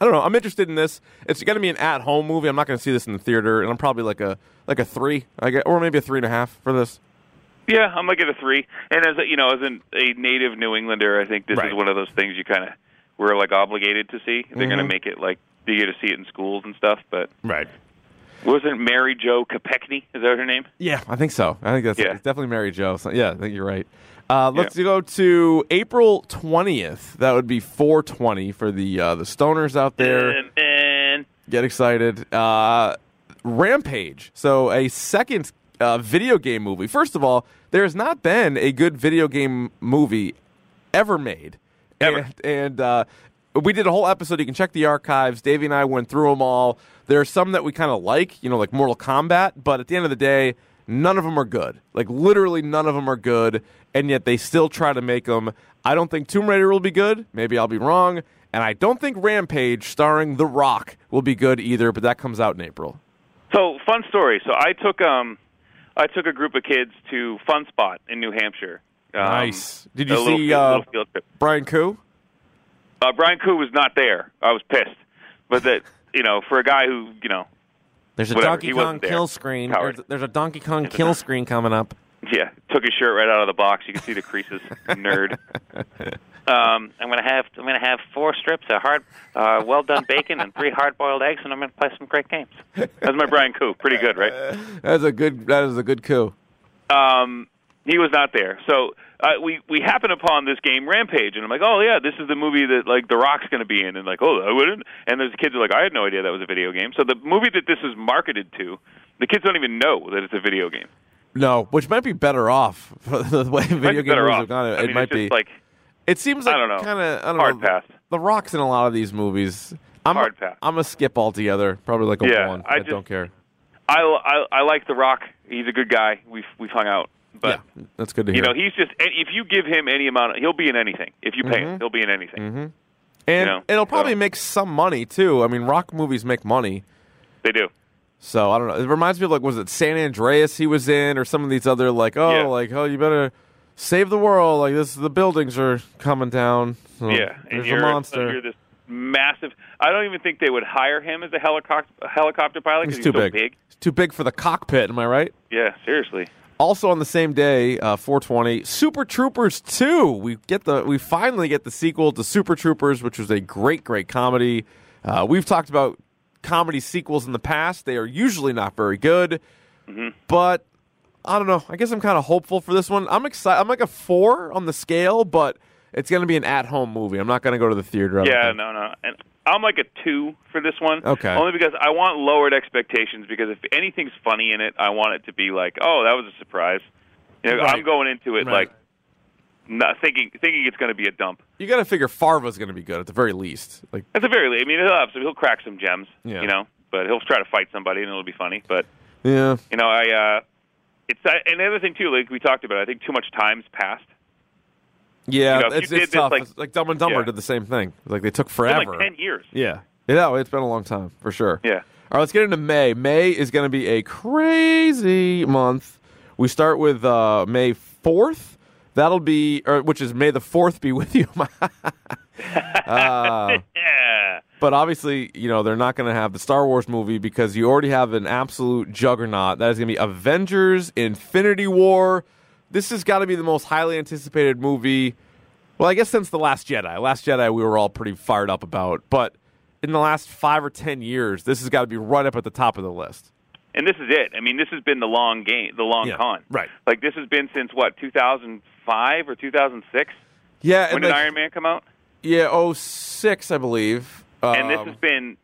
[SPEAKER 2] I don't know. I'm interested in this. It's going to be an at home movie. I'm not going to see this in the theater, and I'm probably like a like a three, I guess, or maybe a three and a half for this.
[SPEAKER 3] Yeah, I'm gonna give it a three. And as a, you know, as an, a native New Englander, I think this
[SPEAKER 2] Right.
[SPEAKER 3] is one of those things you kind of we're like obligated to see. They're gonna make it like you get to see it in schools and stuff. But
[SPEAKER 2] Mm-hmm. Right.
[SPEAKER 3] wasn't Mary Jo Kopechne? Is that her name?
[SPEAKER 2] Yeah, I think so. I think that's
[SPEAKER 3] Yeah.
[SPEAKER 2] it's definitely Mary Jo. So, yeah, I think you're right. Uh, let's
[SPEAKER 3] Yeah.
[SPEAKER 2] go to April 20th. That would be 420 for the uh, the stoners out there.
[SPEAKER 3] And, and
[SPEAKER 2] Get excited. Uh, Rampage. So, a second uh, video game movie. First of all, there has not been a good video game movie ever made.
[SPEAKER 3] Ever.
[SPEAKER 2] And, and uh, we did a whole episode. You can check the archives. Davey and I went through them all. There are some that we kind of like, you know, like Mortal Kombat, but at the end of the day, none of them are good. Like, literally, none of them are good, and yet they still try to make them. I don't think Tomb Raider will be good. Maybe I'll be wrong. And I don't think Rampage, starring The Rock, will be good either, but that comes out in April.
[SPEAKER 3] so fun story. So I took um I took a group of kids to Fun Spot in New Hampshire. Um,
[SPEAKER 2] Nice. Did
[SPEAKER 3] a
[SPEAKER 2] you
[SPEAKER 3] little
[SPEAKER 2] see,
[SPEAKER 3] field-
[SPEAKER 2] uh,
[SPEAKER 3] little field trip.
[SPEAKER 2] Brian Koo?
[SPEAKER 3] Uh, Brian Koo was not there. I was pissed, but that you know, for a guy who you know,
[SPEAKER 2] There's a
[SPEAKER 3] Whatever, he wasn't there. Coward.
[SPEAKER 2] there's a Donkey Kong kill screen coming up.
[SPEAKER 3] Yeah, took his shirt right out of the box. You can see the creases, nerd. Um, I'm gonna have I'm gonna have four strips of hard, uh, well done bacon and three hard boiled eggs, and I'm gonna play some great games. That's my Brian Koo. Pretty good, right?
[SPEAKER 2] That's a good. That is a good coup.
[SPEAKER 3] Um, he was not there, so uh, we we happened upon this game Rampage, and I'm like, oh yeah, this is the movie that like The Rock's gonna be in, and like, oh, I wouldn't. And those kids are like, I had no idea that was a video game. So the movie that this is marketed to, the kids don't even know that it's a video game.
[SPEAKER 2] No, which might be better off [laughs] for the way
[SPEAKER 3] Might
[SPEAKER 2] video
[SPEAKER 3] be
[SPEAKER 2] game
[SPEAKER 3] better
[SPEAKER 2] movies
[SPEAKER 3] off.
[SPEAKER 2] have gone. It
[SPEAKER 3] I mean,
[SPEAKER 2] might
[SPEAKER 3] it's
[SPEAKER 2] be.
[SPEAKER 3] just like
[SPEAKER 2] it seems
[SPEAKER 3] I
[SPEAKER 2] like
[SPEAKER 3] don't know.
[SPEAKER 2] kind of. I don't
[SPEAKER 3] Hard
[SPEAKER 2] know.
[SPEAKER 3] pass.
[SPEAKER 2] The rocks in a lot of these movies. I'm
[SPEAKER 3] Hard pass.
[SPEAKER 2] I'm a skip altogether. Probably like a
[SPEAKER 3] Yeah,
[SPEAKER 2] one.
[SPEAKER 3] I just-
[SPEAKER 2] don't care.
[SPEAKER 3] I, I I like The Rock. He's a good guy. We've we've hung out, but
[SPEAKER 2] yeah, that's good to
[SPEAKER 3] you
[SPEAKER 2] hear.
[SPEAKER 3] know he's just and if you give him any amount, of, he'll be in anything. If you pay
[SPEAKER 2] Mm-hmm.
[SPEAKER 3] him, he'll be in anything.
[SPEAKER 2] and
[SPEAKER 3] know,
[SPEAKER 2] it'll probably
[SPEAKER 3] so-
[SPEAKER 2] make some money too. I mean, rock movies make money.
[SPEAKER 3] They do.
[SPEAKER 2] So I don't know. It reminds me of like was it San Andreas he was in or some of these other like oh
[SPEAKER 3] Yeah.
[SPEAKER 2] like oh you better save the world like this the buildings are coming down. So
[SPEAKER 3] yeah, and
[SPEAKER 2] there's
[SPEAKER 3] you're,
[SPEAKER 2] a monster.
[SPEAKER 3] You're this massive. I don't even think they would hire him as a helicopter a helicopter pilot
[SPEAKER 2] He's
[SPEAKER 3] because
[SPEAKER 2] too
[SPEAKER 3] so
[SPEAKER 2] big. He's too big for the cockpit. Am I right?
[SPEAKER 3] Yeah, seriously.
[SPEAKER 2] Also on the same day, uh, 420, Super Troopers 2. We get the we finally get the sequel to Super Troopers, which was a great, great comedy. Uh, we've talked about comedy sequels in the past. They are usually not very good,
[SPEAKER 3] Mm-hmm.
[SPEAKER 2] but I don't know. I guess I'm kind of hopeful for this one. I'm excited. I'm like a four on the scale, but it's going to be an at-home movie. I'm not going to go to the theater. I don't
[SPEAKER 3] Yeah,
[SPEAKER 2] think.
[SPEAKER 3] no, no. And I'm like a two for this one.
[SPEAKER 2] Okay.
[SPEAKER 3] Only because I want lowered expectations. Because if anything's funny in it, I want it to be like, oh, that was a surprise. You know,
[SPEAKER 2] Right.
[SPEAKER 3] I'm going into it
[SPEAKER 2] Right.
[SPEAKER 3] like not thinking thinking it's going to be a dump.
[SPEAKER 2] you got to figure Farva's going to be good at the very least. Like
[SPEAKER 3] At the very least, I mean, he'll have some, he'll crack some gems.
[SPEAKER 2] Yeah.
[SPEAKER 3] You know, but he'll try to fight somebody, and it'll be funny. But
[SPEAKER 2] yeah,
[SPEAKER 3] you know, I uh, it's I, and the other thing too, like we talked about, I think too much time's passed.
[SPEAKER 2] yeah.
[SPEAKER 3] You know, if
[SPEAKER 2] it's
[SPEAKER 3] you did
[SPEAKER 2] it's
[SPEAKER 3] this,
[SPEAKER 2] tough.
[SPEAKER 3] like-
[SPEAKER 2] It's like Dumb and Dumber
[SPEAKER 3] Yeah.
[SPEAKER 2] did the same thing. Like they took
[SPEAKER 3] It's
[SPEAKER 2] forever.
[SPEAKER 3] been like ten years.
[SPEAKER 2] Yeah. Yeah, it's been a long time for sure.
[SPEAKER 3] Yeah.
[SPEAKER 2] All right, let's get into May. May is going to be a crazy month. We start with uh, May 4th. That'll be, or, which is May the 4th be with you. [laughs]
[SPEAKER 3] Yeah.
[SPEAKER 2] but obviously, you know, they're not going to have the Star Wars movie because you already have an absolute juggernaut. That is going to be Avengers Infinity War. This has got to be the most highly anticipated movie Well, I guess since the Last Jedi, Last Jedi, we were all pretty fired up about, but in the last five or ten years, this has got to be right up at the top of the list.
[SPEAKER 3] And this is it. I mean, this has been the long game, the long
[SPEAKER 2] Yeah,
[SPEAKER 3] con.
[SPEAKER 2] right.
[SPEAKER 3] Like this has been since what 2005 or 2006
[SPEAKER 2] Yeah, and
[SPEAKER 3] when did
[SPEAKER 2] like-
[SPEAKER 3] Iron Man come out?
[SPEAKER 2] yeah, oh six, I believe.
[SPEAKER 3] and this
[SPEAKER 2] Um,
[SPEAKER 3] has been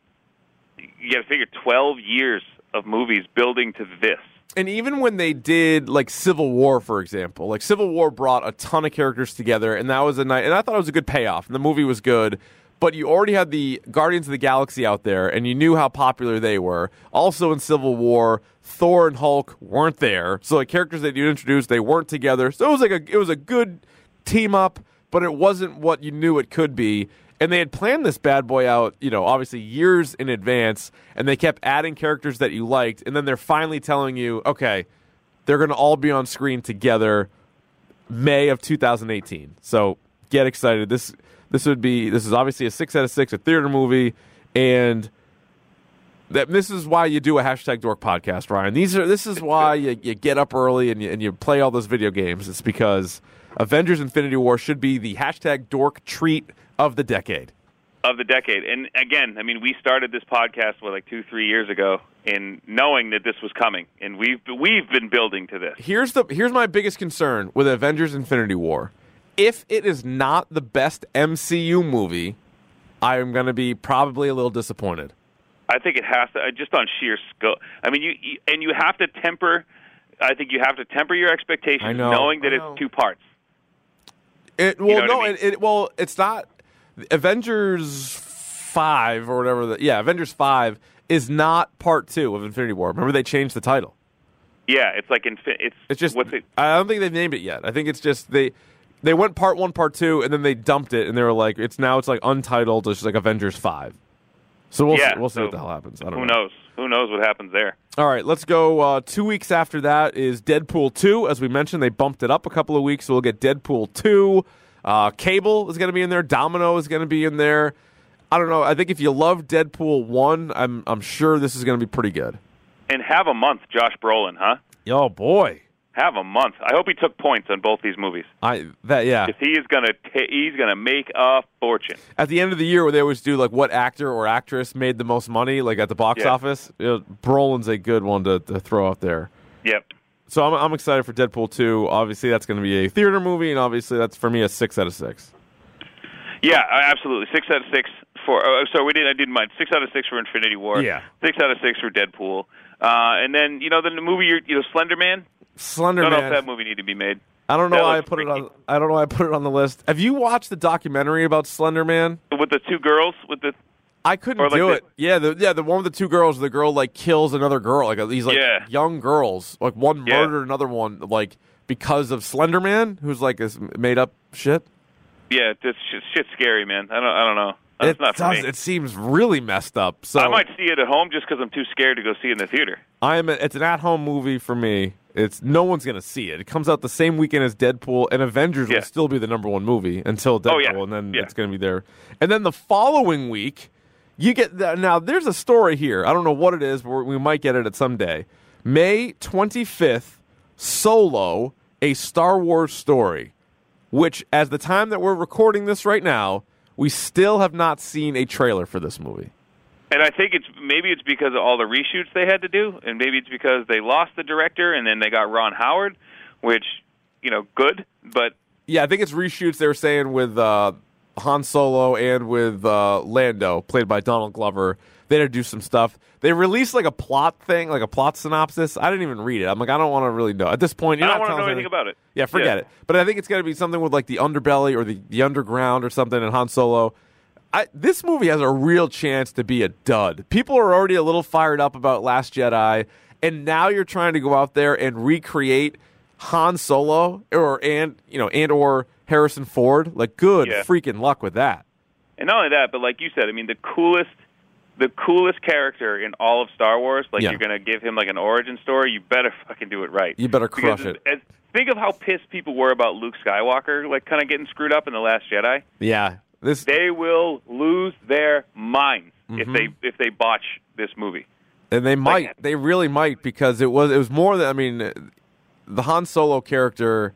[SPEAKER 3] you got to figure 12 years of movies building to this.
[SPEAKER 2] and even when they did like Civil War, for example, like Civil War brought a ton of characters together, and that was a night. And I thought it was a good payoff, and the movie was good. But you already had the Guardians of the Galaxy out there, and you knew how popular they were. Also in Civil War, Thor and Hulk weren't there, so the characters that you introduced they weren't together. So it was like a it was a good team up, but it wasn't what you knew it could be. And they had planned this bad boy out, you know, obviously years in advance, and they kept adding characters that you liked, and then they're finally telling you, okay, they're going to all be on screen together May of 2018. So get excited. This this would be this is obviously a 6 out of 6 a theater movie and that this is why you do a hashtag dork podcast, Ryan. These are this is why you, you get up early and you, and you play all those video games. It's because Avengers: Infinity War should be the hashtag dork treat of the decade.
[SPEAKER 3] of the decade. And again, I mean, we started this podcast what, like two, three years ago, in knowing that this was coming, and we've we've been building to this.
[SPEAKER 2] Here's the here's my biggest concern with Avengers: Infinity War. If it is not the best MCU movie, I am going to be probably a little disappointed.
[SPEAKER 3] I think it has to uh, just on sheer scope. I mean, you, you and you have to temper. I think you have to temper your expectations,
[SPEAKER 2] I know,
[SPEAKER 3] knowing that
[SPEAKER 2] I know.
[SPEAKER 3] it's two parts.
[SPEAKER 2] It well,
[SPEAKER 3] know what
[SPEAKER 2] no,
[SPEAKER 3] I mean?
[SPEAKER 2] it, it well, it's not Avengers five or whatever. The, yeah, Avengers five is not part two of Infinity War. Remember they changed the title.
[SPEAKER 3] Yeah, it's like in, it's
[SPEAKER 2] It's just
[SPEAKER 3] what's it?
[SPEAKER 2] I don't think they've named it yet. I think it's just they they went part one, part two, and then they dumped it, and they were like, it's now it's like untitled. It's just like Avengers five. So we'll
[SPEAKER 3] Yeah,
[SPEAKER 2] see, we'll see
[SPEAKER 3] so
[SPEAKER 2] what the hell happens. I don't
[SPEAKER 3] Who
[SPEAKER 2] know.
[SPEAKER 3] knows? Who knows what happens there?
[SPEAKER 2] All right, let's go. Uh, two weeks after that is Deadpool 2. As we mentioned, they bumped it up a couple of weeks, so we'll get Deadpool 2. Uh, Cable is going to be in there. Domino is going to be in there. I don't know. I think if you love Deadpool 1, I'm, I'm sure this is going to be pretty good.
[SPEAKER 3] And have a month, Josh Brolin, huh?
[SPEAKER 2] Oh, boy.
[SPEAKER 3] Have a month. I hope he took points on both these movies.
[SPEAKER 2] I that yeah.
[SPEAKER 3] If he is gonna, ta- he's gonna make a fortune.
[SPEAKER 2] At the end of the year, where they always do like what actor or actress made the most money, like at the box
[SPEAKER 3] Yeah.
[SPEAKER 2] office, you know, Brolin's a good one to, to throw out there.
[SPEAKER 3] Yep.
[SPEAKER 2] So I'm, I'm excited for Deadpool 2. Obviously, that's going to be a theater movie, and obviously, that's for me a six out of six.
[SPEAKER 3] Yeah, uh, absolutely. Six out of six for. Uh, sorry, we didn't. I didn't mind. Six out of six for Infinity War.
[SPEAKER 2] Yeah.
[SPEAKER 3] Six out of six for Deadpool. Uh, and then you know, then the movie you're, you know, Slender Man.
[SPEAKER 2] Slender
[SPEAKER 3] Don't know if
[SPEAKER 2] Man.
[SPEAKER 3] that movie need to be made.
[SPEAKER 2] I don't know
[SPEAKER 3] that
[SPEAKER 2] why I
[SPEAKER 3] looks
[SPEAKER 2] put it on.
[SPEAKER 3] freaky.
[SPEAKER 2] I don't know why I put it on the list. Have you watched the documentary about Slender Man?
[SPEAKER 3] With the two girls, with the
[SPEAKER 2] I couldn't
[SPEAKER 3] Or like
[SPEAKER 2] do
[SPEAKER 3] the-
[SPEAKER 2] it. Yeah, the, yeah, the one with the two girls. The girl like kills another girl. Like these like
[SPEAKER 3] Yeah.
[SPEAKER 2] young girls. Like one
[SPEAKER 3] Yeah.
[SPEAKER 2] murdered another one. Like because of Slender Man, who's like this made up shit.
[SPEAKER 3] yeah, this shit, shit's scary, man. I don't. I don't know. That's
[SPEAKER 2] it
[SPEAKER 3] not for
[SPEAKER 2] does.
[SPEAKER 3] me.
[SPEAKER 2] It seems really messed up. So
[SPEAKER 3] I might see it at home just because I'm too scared to go see it in the theater.
[SPEAKER 2] I am. It's an at-home movie for me. It's no one's gonna see it. It comes out the same weekend as Deadpool, and Avengers
[SPEAKER 3] Yeah.
[SPEAKER 2] will still be the number one movie until Deadpool,
[SPEAKER 3] Oh, yeah.
[SPEAKER 2] and then
[SPEAKER 3] Yeah.
[SPEAKER 2] it's gonna be there. And then the following week, you get the, now. There's a story here. I don't know what it is, but we're- we might get at it someday. May 25th, Solo: A Star Wars Story, which, as the time that we're recording this right now, we still have not seen a trailer for this movie.
[SPEAKER 3] And I think it's maybe it's because of all the reshoots they had to do, and maybe it's because they lost the director and then they got Ron Howard, which you know, good, but
[SPEAKER 2] Yeah, I think it's reshoots they were saying with uh, Han Solo and with uh, Lando, played by Donald Glover. They had to do some stuff. They released like a plot thing, like a plot synopsis. I didn't even read it. I'm like, I don't want to really know. At this point, you're
[SPEAKER 3] I
[SPEAKER 2] not
[SPEAKER 3] don't want to
[SPEAKER 2] telling
[SPEAKER 3] know
[SPEAKER 2] me
[SPEAKER 3] anything about it.
[SPEAKER 2] Yeah, forget it. But I think it's going to be something with like the underbelly or the, the underground or something in Han Solo. I, this movie has a real chance to be a dud. People are already a little fired up about Last Jedi, and now you're trying to go out there and recreate Han Solo or and you know and or Harrison Ford. Like, good
[SPEAKER 3] Yeah.
[SPEAKER 2] freaking luck with that.
[SPEAKER 3] And not only that, but like you said, I mean, the coolest, the coolest character in all of Star Wars. Like
[SPEAKER 2] Yeah.
[SPEAKER 3] you're gonna give him like an origin story. You better [laughs] fucking do it right.
[SPEAKER 2] You better
[SPEAKER 3] Because
[SPEAKER 2] crush it.
[SPEAKER 3] As, think of how pissed people were about Luke Skywalker, like kind of getting screwed up in the Last Jedi.
[SPEAKER 2] Yeah, this
[SPEAKER 3] They will lose their minds
[SPEAKER 2] Mm-hmm.
[SPEAKER 3] if they if they botch this movie.
[SPEAKER 2] And they might,
[SPEAKER 3] that.
[SPEAKER 2] they really might, because it was it was more than I mean, the Han Solo character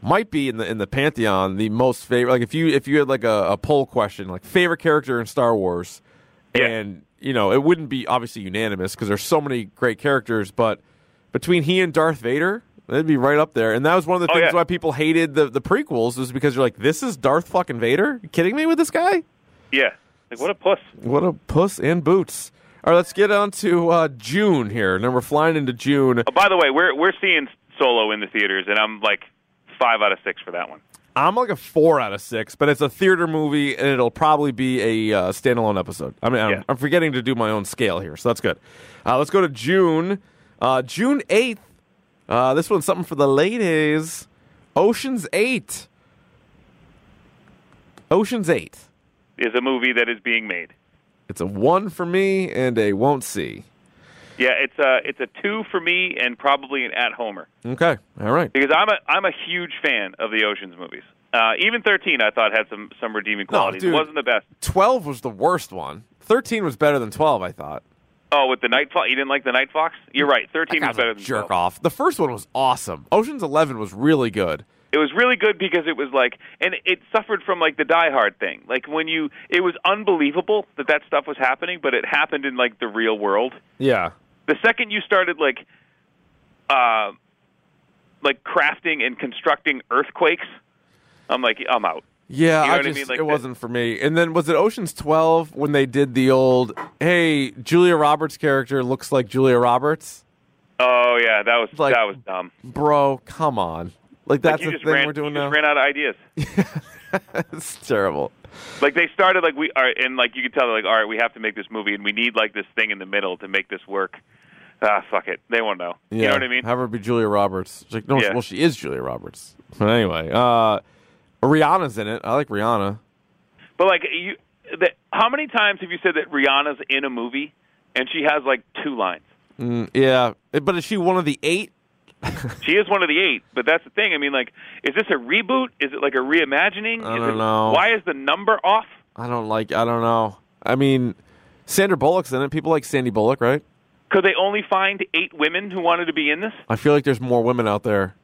[SPEAKER 2] might be in the in the pantheon the most favorite. Like if you if you had like a, a poll question, like favorite character in Star Wars,
[SPEAKER 3] Yeah.
[SPEAKER 2] and you know it wouldn't be obviously unanimous because there's so many great characters, but between he and Darth Vader, they'd be right up there. And that was one of the
[SPEAKER 3] Oh,
[SPEAKER 2] things
[SPEAKER 3] yeah.
[SPEAKER 2] why people hated the the prequels was because you're like, this is Darth fucking Vader. You kidding me with this guy?
[SPEAKER 3] Yeah. Like what a puss.
[SPEAKER 2] What a puss in boots. All right, let's get on to uh, June here. Now we're flying into June.
[SPEAKER 3] Oh, by the way, we're we're seeing Solo in the theaters, and I'm like five out of six for that one.
[SPEAKER 2] I'm like a four out of six, but it's a theater movie, and it'll probably be a uh, standalone episode. I mean, I'm,
[SPEAKER 3] Yeah.
[SPEAKER 2] I'm forgetting to do my own scale here, so that's good. Uh, let's go to June, uh, June eighth. Uh, this one's something for the ladies. Ocean's Eight. Ocean's Eight.
[SPEAKER 3] Is a movie that is being made.
[SPEAKER 2] It's a one for me and a won't see.
[SPEAKER 3] Yeah, it's a it's a two for me, and probably an at homer
[SPEAKER 2] Okay, all right.
[SPEAKER 3] because I'm a I'm a huge fan of the Ocean's movies. Uh, even 13, I thought had some some redeeming qualities.
[SPEAKER 2] dude.
[SPEAKER 3] it wasn't the best.
[SPEAKER 2] Twelve was the worst one. Thirteen was better than twelve. I thought.
[SPEAKER 3] Oh, with the Night Fox, you didn't like the Night Fox? You're right. 13
[SPEAKER 2] That
[SPEAKER 3] was
[SPEAKER 2] was a
[SPEAKER 3] better than
[SPEAKER 2] jerk
[SPEAKER 3] 12.
[SPEAKER 2] off. The first one was awesome. Ocean's Eleven was really good.
[SPEAKER 3] It was really good because it was like, and it suffered from like the Die Hard thing. Like when you, it was unbelievable that that stuff was happening, but it happened in like the real world.
[SPEAKER 2] Yeah.
[SPEAKER 3] The second you started like, uh, like crafting and constructing earthquakes, I'm like, I'm out.
[SPEAKER 2] Yeah,
[SPEAKER 3] You know
[SPEAKER 2] I
[SPEAKER 3] what I
[SPEAKER 2] just
[SPEAKER 3] mean? Like
[SPEAKER 2] it
[SPEAKER 3] the-
[SPEAKER 2] wasn't for me. And then was it Ocean's Twelve when they did the old "Hey, Julia Roberts' character looks like Julia Roberts"?
[SPEAKER 3] Oh yeah, that was
[SPEAKER 2] Like-
[SPEAKER 3] that was dumb.
[SPEAKER 2] Bro, come on! Like that's
[SPEAKER 3] you
[SPEAKER 2] the
[SPEAKER 3] just
[SPEAKER 2] thing
[SPEAKER 3] ran,
[SPEAKER 2] we're doing
[SPEAKER 3] you
[SPEAKER 2] now.
[SPEAKER 3] Just ran out of
[SPEAKER 2] [laughs]
[SPEAKER 3] ideas.
[SPEAKER 2] it's terrible.
[SPEAKER 3] like they started like we are and like you could tell they're like all right we have to make this movie and we need like this thing in the middle to make this work ah fuck it they won't know
[SPEAKER 2] Yeah.
[SPEAKER 3] you know what i mean
[SPEAKER 2] Have her be Julia Roberts. It's like, no,
[SPEAKER 3] Yeah.
[SPEAKER 2] well, she is Julia Roberts. But anyway, uh, Rihanna's in it. I like Rihanna.
[SPEAKER 3] but like you the, how many times have you said that rihanna's in a movie and she has like two lines
[SPEAKER 2] Mm, yeah, but is she one of the eight?
[SPEAKER 3] she is one of the eight but that's the thing i mean like is this a reboot is it like a reimagining
[SPEAKER 2] I
[SPEAKER 3] Is
[SPEAKER 2] don't
[SPEAKER 3] it-
[SPEAKER 2] know.
[SPEAKER 3] why is the number off
[SPEAKER 2] I don't like. I don't know. I mean, Sandra Bullock's in it. People like Sandy Bullock, right?
[SPEAKER 3] could they only find eight women who wanted to be in this
[SPEAKER 2] I feel like there's more women out there.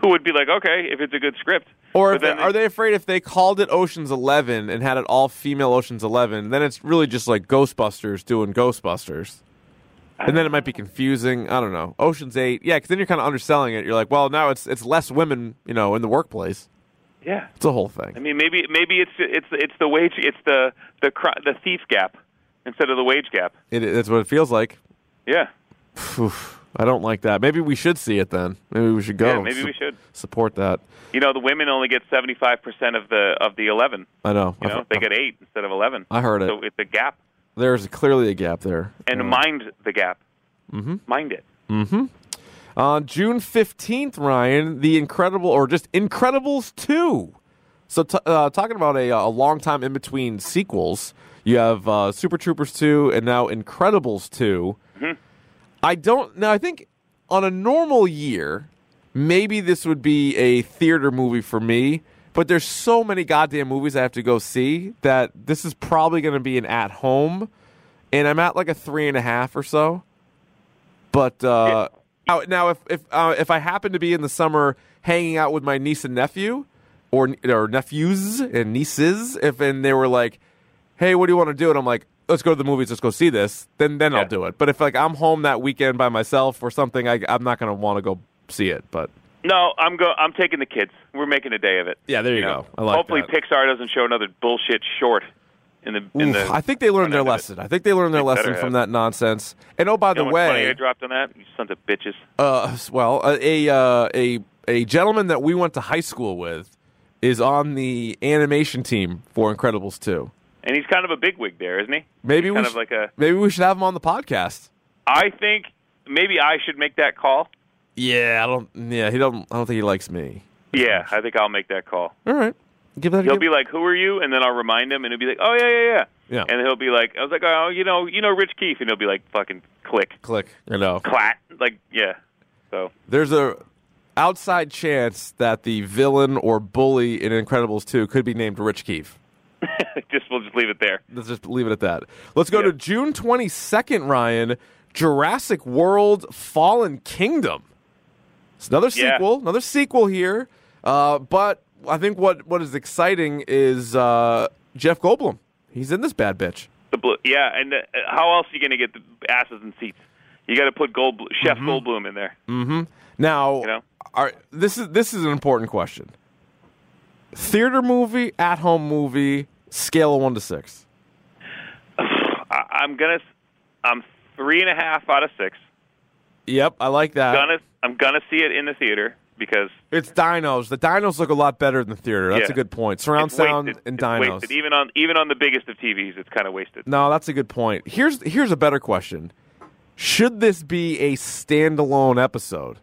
[SPEAKER 3] who would be like okay if it's a good script
[SPEAKER 2] Or
[SPEAKER 3] But
[SPEAKER 2] if they,
[SPEAKER 3] then
[SPEAKER 2] are they afraid if they called it Ocean's Eleven and had it all female Ocean's Eleven, then it's really just like Ghostbusters doing Ghostbusters, and then it might be confusing. I don't know. Ocean's Eight, yeah, because then you're kind of underselling it. You're like, well, now it's it's less women, you know, in the workplace.
[SPEAKER 3] yeah
[SPEAKER 2] It's a whole
[SPEAKER 3] I
[SPEAKER 2] thing.
[SPEAKER 3] mean, maybe maybe it's it's it's the wage it's the the cr- the thief gap instead of the wage gap.
[SPEAKER 2] It, that's what it feels like.
[SPEAKER 3] Yeah,
[SPEAKER 2] Phew, I don't like that. Maybe we should see it then. Maybe we should go.
[SPEAKER 3] yeah. Maybe
[SPEAKER 2] Su-
[SPEAKER 3] we should.
[SPEAKER 2] support that.
[SPEAKER 3] You know, the women only get seventy five percent of the of the eleven.
[SPEAKER 2] I know.
[SPEAKER 3] You know,
[SPEAKER 2] I've-
[SPEAKER 3] they get eight instead of eleven.
[SPEAKER 2] Uh-huh. I heard it.
[SPEAKER 3] So it's a gap,
[SPEAKER 2] There's clearly a gap there.
[SPEAKER 3] and
[SPEAKER 2] Yeah.
[SPEAKER 3] mind the gap. Mm-hmm. Mind it.
[SPEAKER 2] On June 15th, Ryan, The Incredible, or just Incredibles 2. So, t- uh, talking about a, uh, a long time in between sequels, you have uh, Super Troopers 2 and now Incredibles 2. I don't now. I think on a normal year, maybe this would be a theater movie for me. But there's so many goddamn movies I have to go see that this is probably going to be an at home, and I'm at like a three and a half or so. But uh, now- now, if if uh, if I happen to be in the summer hanging out with my niece and nephew, or or nephews and nieces, if and they were like, hey, what do you want to do? And I'm like, let's go to the movies, let's go see this. Then then
[SPEAKER 3] Yeah.
[SPEAKER 2] I'll do it. But if like I'm home that weekend by myself or something, I, I'm not gonna want to go see it. But
[SPEAKER 3] No, I'm go. I'm taking the kids. We're making a day of it.
[SPEAKER 2] yeah, there you,
[SPEAKER 3] know?
[SPEAKER 2] go. I like
[SPEAKER 3] Hopefully,
[SPEAKER 2] that.
[SPEAKER 3] Pixar doesn't show another bullshit short in the in
[SPEAKER 2] Oof,
[SPEAKER 3] the.
[SPEAKER 2] I think they learned their
[SPEAKER 3] front end of it.
[SPEAKER 2] lesson. I think they learned their
[SPEAKER 3] They
[SPEAKER 2] lesson
[SPEAKER 3] better
[SPEAKER 2] from that
[SPEAKER 3] have.
[SPEAKER 2] nonsense. And oh, by
[SPEAKER 3] You know
[SPEAKER 2] the
[SPEAKER 3] what funny I
[SPEAKER 2] way,
[SPEAKER 3] dropped on that? You sons of bitches.
[SPEAKER 2] uh, s- well, a a, uh, a a gentleman that we went to high school with is on the animation team for Incredibles 2.
[SPEAKER 3] And he's kind of a bigwig there, isn't he?
[SPEAKER 2] Maybe
[SPEAKER 3] He's
[SPEAKER 2] we
[SPEAKER 3] kind
[SPEAKER 2] sh-
[SPEAKER 3] of like a
[SPEAKER 2] maybe we should have him on the podcast.
[SPEAKER 3] I think maybe I should make that call.
[SPEAKER 2] Yeah, I don't. Yeah, he don't. I don't think he likes me.
[SPEAKER 3] Yeah, I think I'll make that call.
[SPEAKER 2] All right, give that. a
[SPEAKER 3] He'll
[SPEAKER 2] give.
[SPEAKER 3] be like, "Who are you?" And then I'll remind him, and he'll be like, "Oh yeah, yeah, yeah."
[SPEAKER 2] Yeah.
[SPEAKER 3] And he'll be like, "I was like, oh, you know, you know, Rich Keefe," and he'll be like, "Fucking click,
[SPEAKER 2] click. I know.
[SPEAKER 3] clat, like yeah." So [laughs]
[SPEAKER 2] There's a outside chance that the villain or bully in Incredibles 2 could be named Rich Keefe.
[SPEAKER 3] just we'll just leave it there.
[SPEAKER 2] Let's just leave it at that. Let's go
[SPEAKER 3] Yeah.
[SPEAKER 2] to June 22nd, Ryan. Jurassic World Fallen Kingdom. It's another
[SPEAKER 3] Yeah.
[SPEAKER 2] sequel. Another sequel here. Uh, but I think what, what is exciting is uh, Jeff Goldblum. He's in this bad bitch.
[SPEAKER 3] The blue, yeah, and uh, how else are you going to get the asses and seats? You got to put Gold, Chef Goldblum in there.
[SPEAKER 2] Now,
[SPEAKER 3] You know?
[SPEAKER 2] are, this is this is an important question. Theater movie, at home movie, scale of one to six.
[SPEAKER 3] I, I'm gonna, s- I'm three and a half out of six.
[SPEAKER 2] Yep, I like that.
[SPEAKER 3] Gonna, I'm gonna see it in the theater because
[SPEAKER 2] It's dinos. The dinos look a lot better than theater. That's
[SPEAKER 3] Yeah.
[SPEAKER 2] a good point. Surround
[SPEAKER 3] it's
[SPEAKER 2] sound
[SPEAKER 3] wasted.
[SPEAKER 2] and
[SPEAKER 3] It's
[SPEAKER 2] dinos.
[SPEAKER 3] wasted. Even on even on the biggest of TVs, it's kind of wasted.
[SPEAKER 2] No, that's a good point. Here's here's a better question. Should this be a standalone episode?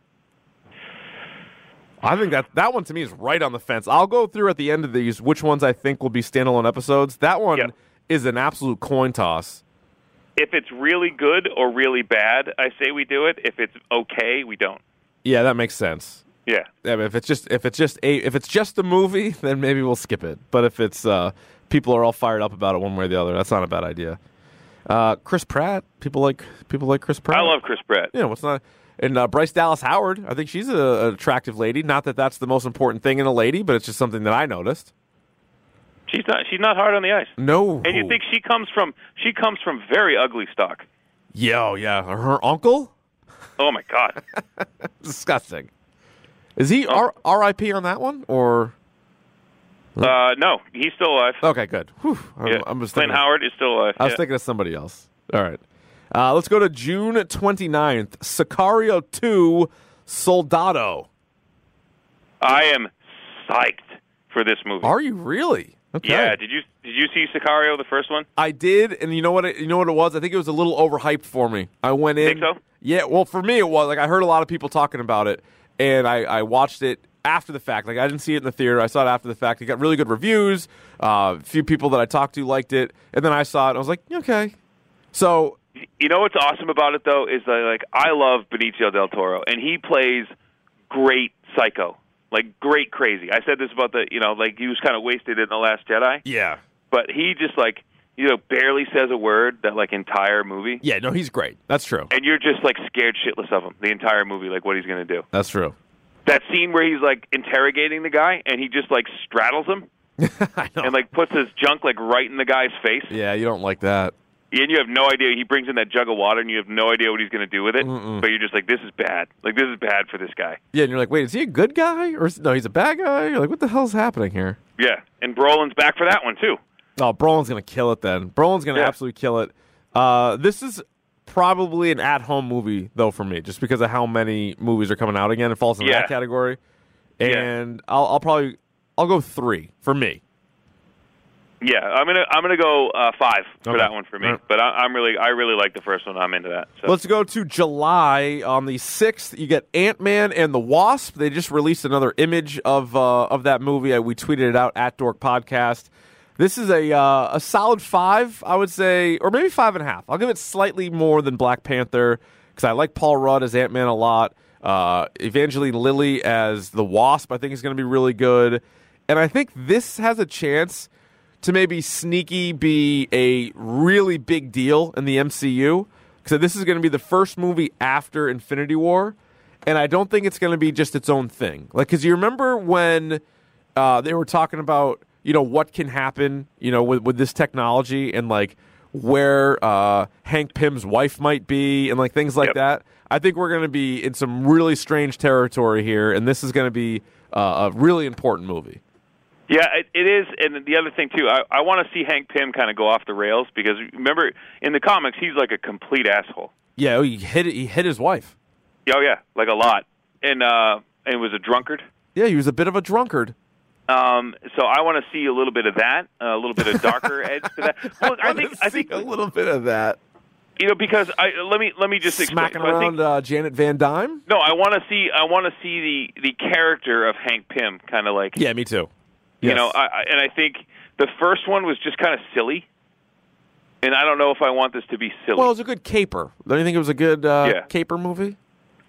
[SPEAKER 2] I think that that one to me is right on the fence. I'll go through at the end of these which ones I think will be standalone episodes. That one
[SPEAKER 3] Yep.
[SPEAKER 2] is an absolute coin toss.
[SPEAKER 3] If it's really good or really bad, I say we do it. If it's okay, we don't.
[SPEAKER 2] Yeah, that makes sense.
[SPEAKER 3] Yeah.
[SPEAKER 2] Yeah, but if it's just if it's just a if it's just the movie, [laughs] then maybe we'll skip it. But if it's uh, people are all fired up about it one way or the other, that's not a bad idea. Uh, Chris Pratt, people like people like Chris Pratt.
[SPEAKER 3] I love Chris Pratt.
[SPEAKER 2] you know, it's not. And uh, Bryce Dallas Howard, I think she's a, an attractive lady. Not that that's the most important thing in a lady, but it's just something that I noticed.
[SPEAKER 3] She's not she's not hard on the ice.
[SPEAKER 2] No,
[SPEAKER 3] And you think she comes from she comes from very ugly stock.
[SPEAKER 2] yo, yeah, her uncle,
[SPEAKER 3] Oh my
[SPEAKER 2] [laughs]
[SPEAKER 3] god.
[SPEAKER 2] disgusting. Is he R- R.I.P. on that one or
[SPEAKER 3] uh, no, he's still alive.
[SPEAKER 2] okay? Good. Whew. Oh, I'm,
[SPEAKER 3] Yeah.
[SPEAKER 2] I'm just
[SPEAKER 3] Clint
[SPEAKER 2] thinking-
[SPEAKER 3] Howard is still alive.
[SPEAKER 2] I was
[SPEAKER 3] Yeah.
[SPEAKER 2] thinking of somebody else. All right. Uh, let's go to June 29th. Sicario 2 Soldado.
[SPEAKER 3] I am psyched for this movie.
[SPEAKER 2] Are you really? Okay.
[SPEAKER 3] yeah, did you did you see Sicario the first one?
[SPEAKER 2] I did, and you know what? It, you know what it was. I think it was a little overhyped for me. I went in.
[SPEAKER 3] Think so?
[SPEAKER 2] Yeah. Well, for me, it was like I heard a lot of people talking about it, and I, I watched it after the fact. Like I didn't see it in the theater. I saw it after the fact. It got really good reviews. Uh, A few people that I talked to liked it, and then I saw it. and I was like, okay. So
[SPEAKER 3] You know what's awesome about it though is that like I love Benicio del Toro and he plays great psycho. Like great crazy. I said this about the, you know, like he was kind of wasted in the last Jedi,
[SPEAKER 2] yeah,
[SPEAKER 3] but he just like, you know, barely says a word that like entire movie.
[SPEAKER 2] yeah. No, he's great. That's true.
[SPEAKER 3] and you're just like scared shitless of him the entire movie, like what he's gonna do.
[SPEAKER 2] That's true. [laughs]
[SPEAKER 3] That scene where he's like interrogating the guy and he just like straddles him
[SPEAKER 2] I know.
[SPEAKER 3] and like puts his junk like right in the guy's face,
[SPEAKER 2] Yeah, you don't like that.
[SPEAKER 3] and you have no idea. He brings in that jug of water and you have no idea what he's gonna do with it. But you're just like, this is bad. Like this is bad for this guy.
[SPEAKER 2] Yeah, and you're like, wait, is he a good guy or is, no? He's a bad guy. You're like, what the hell's happening here?
[SPEAKER 3] Yeah, and Brolin's back for that one too.
[SPEAKER 2] Oh, Brolin's gonna kill it then. Brolin's gonna
[SPEAKER 3] Yeah.
[SPEAKER 2] absolutely kill it. Uh, this is probably an at-home movie though for me, just because of how many movies are coming out again. It falls in
[SPEAKER 3] Yeah.
[SPEAKER 2] that category, and I'll, I'll probably I'll go three for me.
[SPEAKER 3] Yeah, I'm gonna I'm gonna go uh, five for
[SPEAKER 2] Okay.
[SPEAKER 3] that one for me.
[SPEAKER 2] All right.
[SPEAKER 3] But I, I'm really I really like the first one. I'm into that. So.
[SPEAKER 2] Let's go to July on the sixth. You get Ant Man and the Wasp. They just released another image of uh, of that movie. I, we tweeted it out at Dork Podcast. This is a uh, a solid five, I would say, or maybe five and a half. I'll give it slightly more than Black Panther because I like Paul Rudd as Ant Man a lot. Uh, Evangeline Lilly as the Wasp, I think, is going to be really good, and I think this has a chance to maybe sneaky be a really big deal in the MCU. So this is going to be the first movie after Infinity War, and I don't think it's going to be just its own thing. Like, because you remember when uh, they were talking about you know what can happen, you know, with with this technology and like where uh, Hank Pym's wife might be and like things like
[SPEAKER 3] Yep.
[SPEAKER 2] that. I think we're going to be in some really strange territory here, and this is going to be uh, a really important movie.
[SPEAKER 3] Yeah, it, it is. And the other thing too, I, I want to see Hank Pym kind of go off the rails because remember in the comics he's like a complete asshole.
[SPEAKER 2] Yeah, he hit he hit his wife.
[SPEAKER 3] Oh yeah, like a lot, and uh, and was a drunkard.
[SPEAKER 2] Yeah, he was a bit of a drunkard.
[SPEAKER 3] Um, so I want to see a little bit of that, a little bit
[SPEAKER 2] [laughs]
[SPEAKER 3] of darker edge to that. Well, I think I think
[SPEAKER 2] little bit of that.
[SPEAKER 3] you know because I let me let me just explain.
[SPEAKER 2] Smacking
[SPEAKER 3] So I
[SPEAKER 2] around
[SPEAKER 3] think,
[SPEAKER 2] uh, Janet Van Dyne.
[SPEAKER 3] no, I want to see I want to see the the character of Hank Pym kind of like
[SPEAKER 2] Yeah, me too.
[SPEAKER 3] you know, I, I, and I think the first one was just kind of silly, and I don't know if I want this to be silly.
[SPEAKER 2] well, it was a good caper. Don't you think it was a good uh,
[SPEAKER 3] Yeah.
[SPEAKER 2] caper movie?